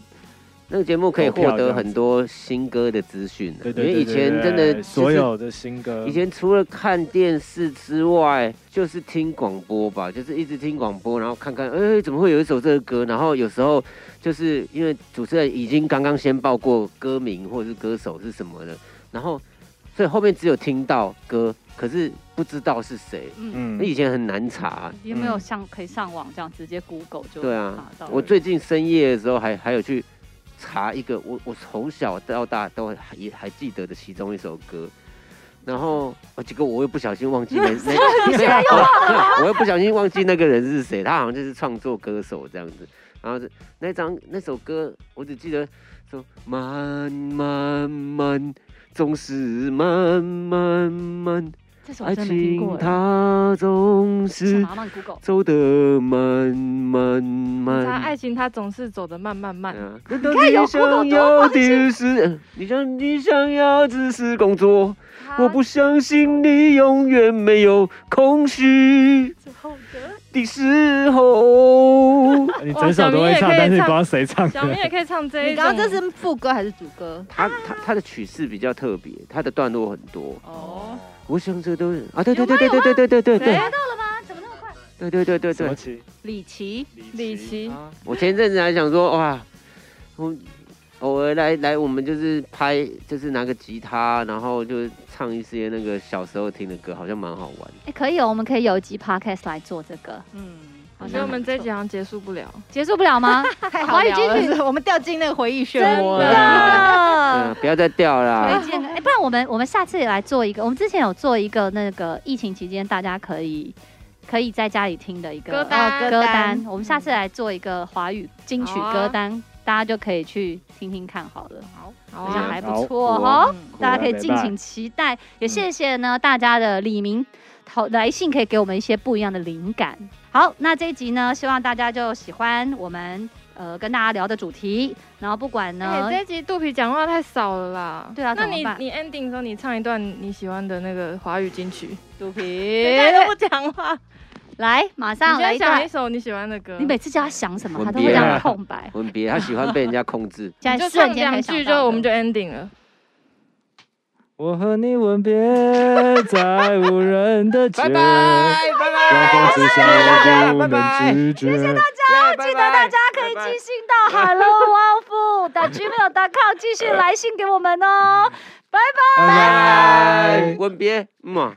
[SPEAKER 1] 那个节目可以
[SPEAKER 6] 投
[SPEAKER 1] 获
[SPEAKER 6] 票这
[SPEAKER 1] 得
[SPEAKER 6] 样
[SPEAKER 1] 很
[SPEAKER 6] 子
[SPEAKER 1] 多新歌的资讯啊，
[SPEAKER 6] 对
[SPEAKER 1] 因
[SPEAKER 6] 对
[SPEAKER 1] 为
[SPEAKER 6] 对
[SPEAKER 1] 以
[SPEAKER 6] 对
[SPEAKER 1] 前
[SPEAKER 6] 对
[SPEAKER 1] 真的
[SPEAKER 6] 对
[SPEAKER 1] 就是
[SPEAKER 6] 所有的新歌，
[SPEAKER 1] 以前除了看电视之外，就是听广播吧，就是一直听广播，然后看看，哎、怎么会有一首这个歌？然后有时候就是因为主持人已经刚刚先报过歌名或者是歌手是什么的，然后所以后面只有听到歌，可是不知道是谁。
[SPEAKER 2] 嗯，
[SPEAKER 1] 那
[SPEAKER 6] 嗯
[SPEAKER 1] 以前很难查，
[SPEAKER 2] 有没有上可以上网这样直接 Google 就
[SPEAKER 1] 对
[SPEAKER 2] 查
[SPEAKER 1] 啊
[SPEAKER 2] 到。
[SPEAKER 1] 我最近深夜的时候还还有去查一个，我我从小到大都还也还记得的其中一首歌。然后，哦结果我又不小心忘记 那
[SPEAKER 2] 啊
[SPEAKER 1] 那那个， 我又不小心忘记那个人是谁，他好像就是创作歌手这样子。然后是那张那首歌，我只记得说慢慢慢，总是慢慢慢，
[SPEAKER 2] 这首我
[SPEAKER 1] 爱
[SPEAKER 2] 哦真的没听过
[SPEAKER 1] 情
[SPEAKER 2] 耶，
[SPEAKER 1] 它总
[SPEAKER 2] 想
[SPEAKER 1] 是
[SPEAKER 2] 要让 Google
[SPEAKER 1] 走得慢慢慢。
[SPEAKER 4] 他爱情他总是走得慢慢慢，
[SPEAKER 1] 嗯，难道你想要的是？你想你想要只是工作，我不相信你永远没有空虚的时候。
[SPEAKER 4] 哦
[SPEAKER 6] 你整首都会唱，但是你不知道谁唱
[SPEAKER 4] 小明也
[SPEAKER 6] 的。
[SPEAKER 4] 可以唱这一
[SPEAKER 3] 你
[SPEAKER 4] 种。
[SPEAKER 3] 刚刚这是副歌还是主歌？
[SPEAKER 1] 他他他的曲式比较特别，他的段落很多。
[SPEAKER 3] 哦，
[SPEAKER 1] 我想这都是啊，对对对对对对对对对对
[SPEAKER 4] 谁
[SPEAKER 1] 对对对对
[SPEAKER 6] 什么
[SPEAKER 1] 对。
[SPEAKER 6] 奇？
[SPEAKER 2] 李琦，
[SPEAKER 4] 李琦
[SPEAKER 6] 啊
[SPEAKER 1] 我前阵子还想说，哇，我偶尔来来，我们就是拍，就是拿个吉他，然后就唱一些那个小时候听的歌，好像蛮好玩的。
[SPEAKER 2] 哎，可以哦，我们可以有一集 podcast 来做这个，
[SPEAKER 3] 嗯，
[SPEAKER 4] 我觉得我们这一集好像结束不了。
[SPEAKER 2] 结束不了 吗？
[SPEAKER 3] 太
[SPEAKER 2] 华
[SPEAKER 3] 好
[SPEAKER 2] 语
[SPEAKER 3] 聊
[SPEAKER 2] 金曲
[SPEAKER 3] 了， 我们掉进那个回忆漩涡
[SPEAKER 1] 真的
[SPEAKER 3] 了。
[SPEAKER 1] 嗯，不要再掉啦
[SPEAKER 2] 推。荐个，哎、不然我们我们下次也来做一个，我们之前有做一个那个疫情期间大家可以可以在家里听的一个
[SPEAKER 4] 歌单啊
[SPEAKER 2] 呃
[SPEAKER 3] 哦歌
[SPEAKER 2] 歌
[SPEAKER 3] 单
[SPEAKER 2] 单，我们下次来做一个华语金曲歌单，大家就可以去听听看好了，
[SPEAKER 3] 好，
[SPEAKER 4] 好
[SPEAKER 2] 好像
[SPEAKER 4] 啊，
[SPEAKER 2] 还不错哈、
[SPEAKER 3] 好，
[SPEAKER 2] 大家可以敬请期待，也谢谢呢大家的李明投来信，可以给我们一些不一样的灵感。好，那这一集呢，希望大家就喜欢我们呃跟大家聊的主题，然后不管呢
[SPEAKER 4] 哎，这一集肚皮讲话太少了啦。
[SPEAKER 2] 对啊
[SPEAKER 4] 那
[SPEAKER 2] 怎么
[SPEAKER 4] 你
[SPEAKER 2] 办
[SPEAKER 4] 你 ending 的时候，你唱一段你喜欢的那个华语金曲。
[SPEAKER 3] 肚
[SPEAKER 4] 别
[SPEAKER 3] 皮
[SPEAKER 4] 都不讲话，
[SPEAKER 2] 来马上
[SPEAKER 4] 你
[SPEAKER 2] 来
[SPEAKER 4] 先
[SPEAKER 2] 一段
[SPEAKER 4] 想一。首你喜欢的歌。
[SPEAKER 2] 你每次叫他想什么，他
[SPEAKER 1] 文
[SPEAKER 2] 都会
[SPEAKER 1] 别
[SPEAKER 2] 这样
[SPEAKER 6] 啊
[SPEAKER 2] 空白。
[SPEAKER 1] 文别，他喜欢被人家控制。
[SPEAKER 2] 现
[SPEAKER 4] 你
[SPEAKER 2] 在
[SPEAKER 4] 就
[SPEAKER 2] 瞬
[SPEAKER 4] 唱
[SPEAKER 2] 间可
[SPEAKER 4] 两
[SPEAKER 2] 以想
[SPEAKER 4] 句
[SPEAKER 2] 到
[SPEAKER 4] 就我
[SPEAKER 2] 的
[SPEAKER 4] 们就 ending 了。
[SPEAKER 6] 我和你吻别在无人的街，
[SPEAKER 5] 拜拜拜
[SPEAKER 6] 让
[SPEAKER 5] 拜，
[SPEAKER 6] 风痴笑我不
[SPEAKER 5] 拜拜
[SPEAKER 6] 能拒绝。
[SPEAKER 5] 记得大家
[SPEAKER 2] 可以寄信到 hello wow 打 gmail.com 继续来信给我们哦。
[SPEAKER 6] 拜
[SPEAKER 1] 拜，。文别，嗯啊。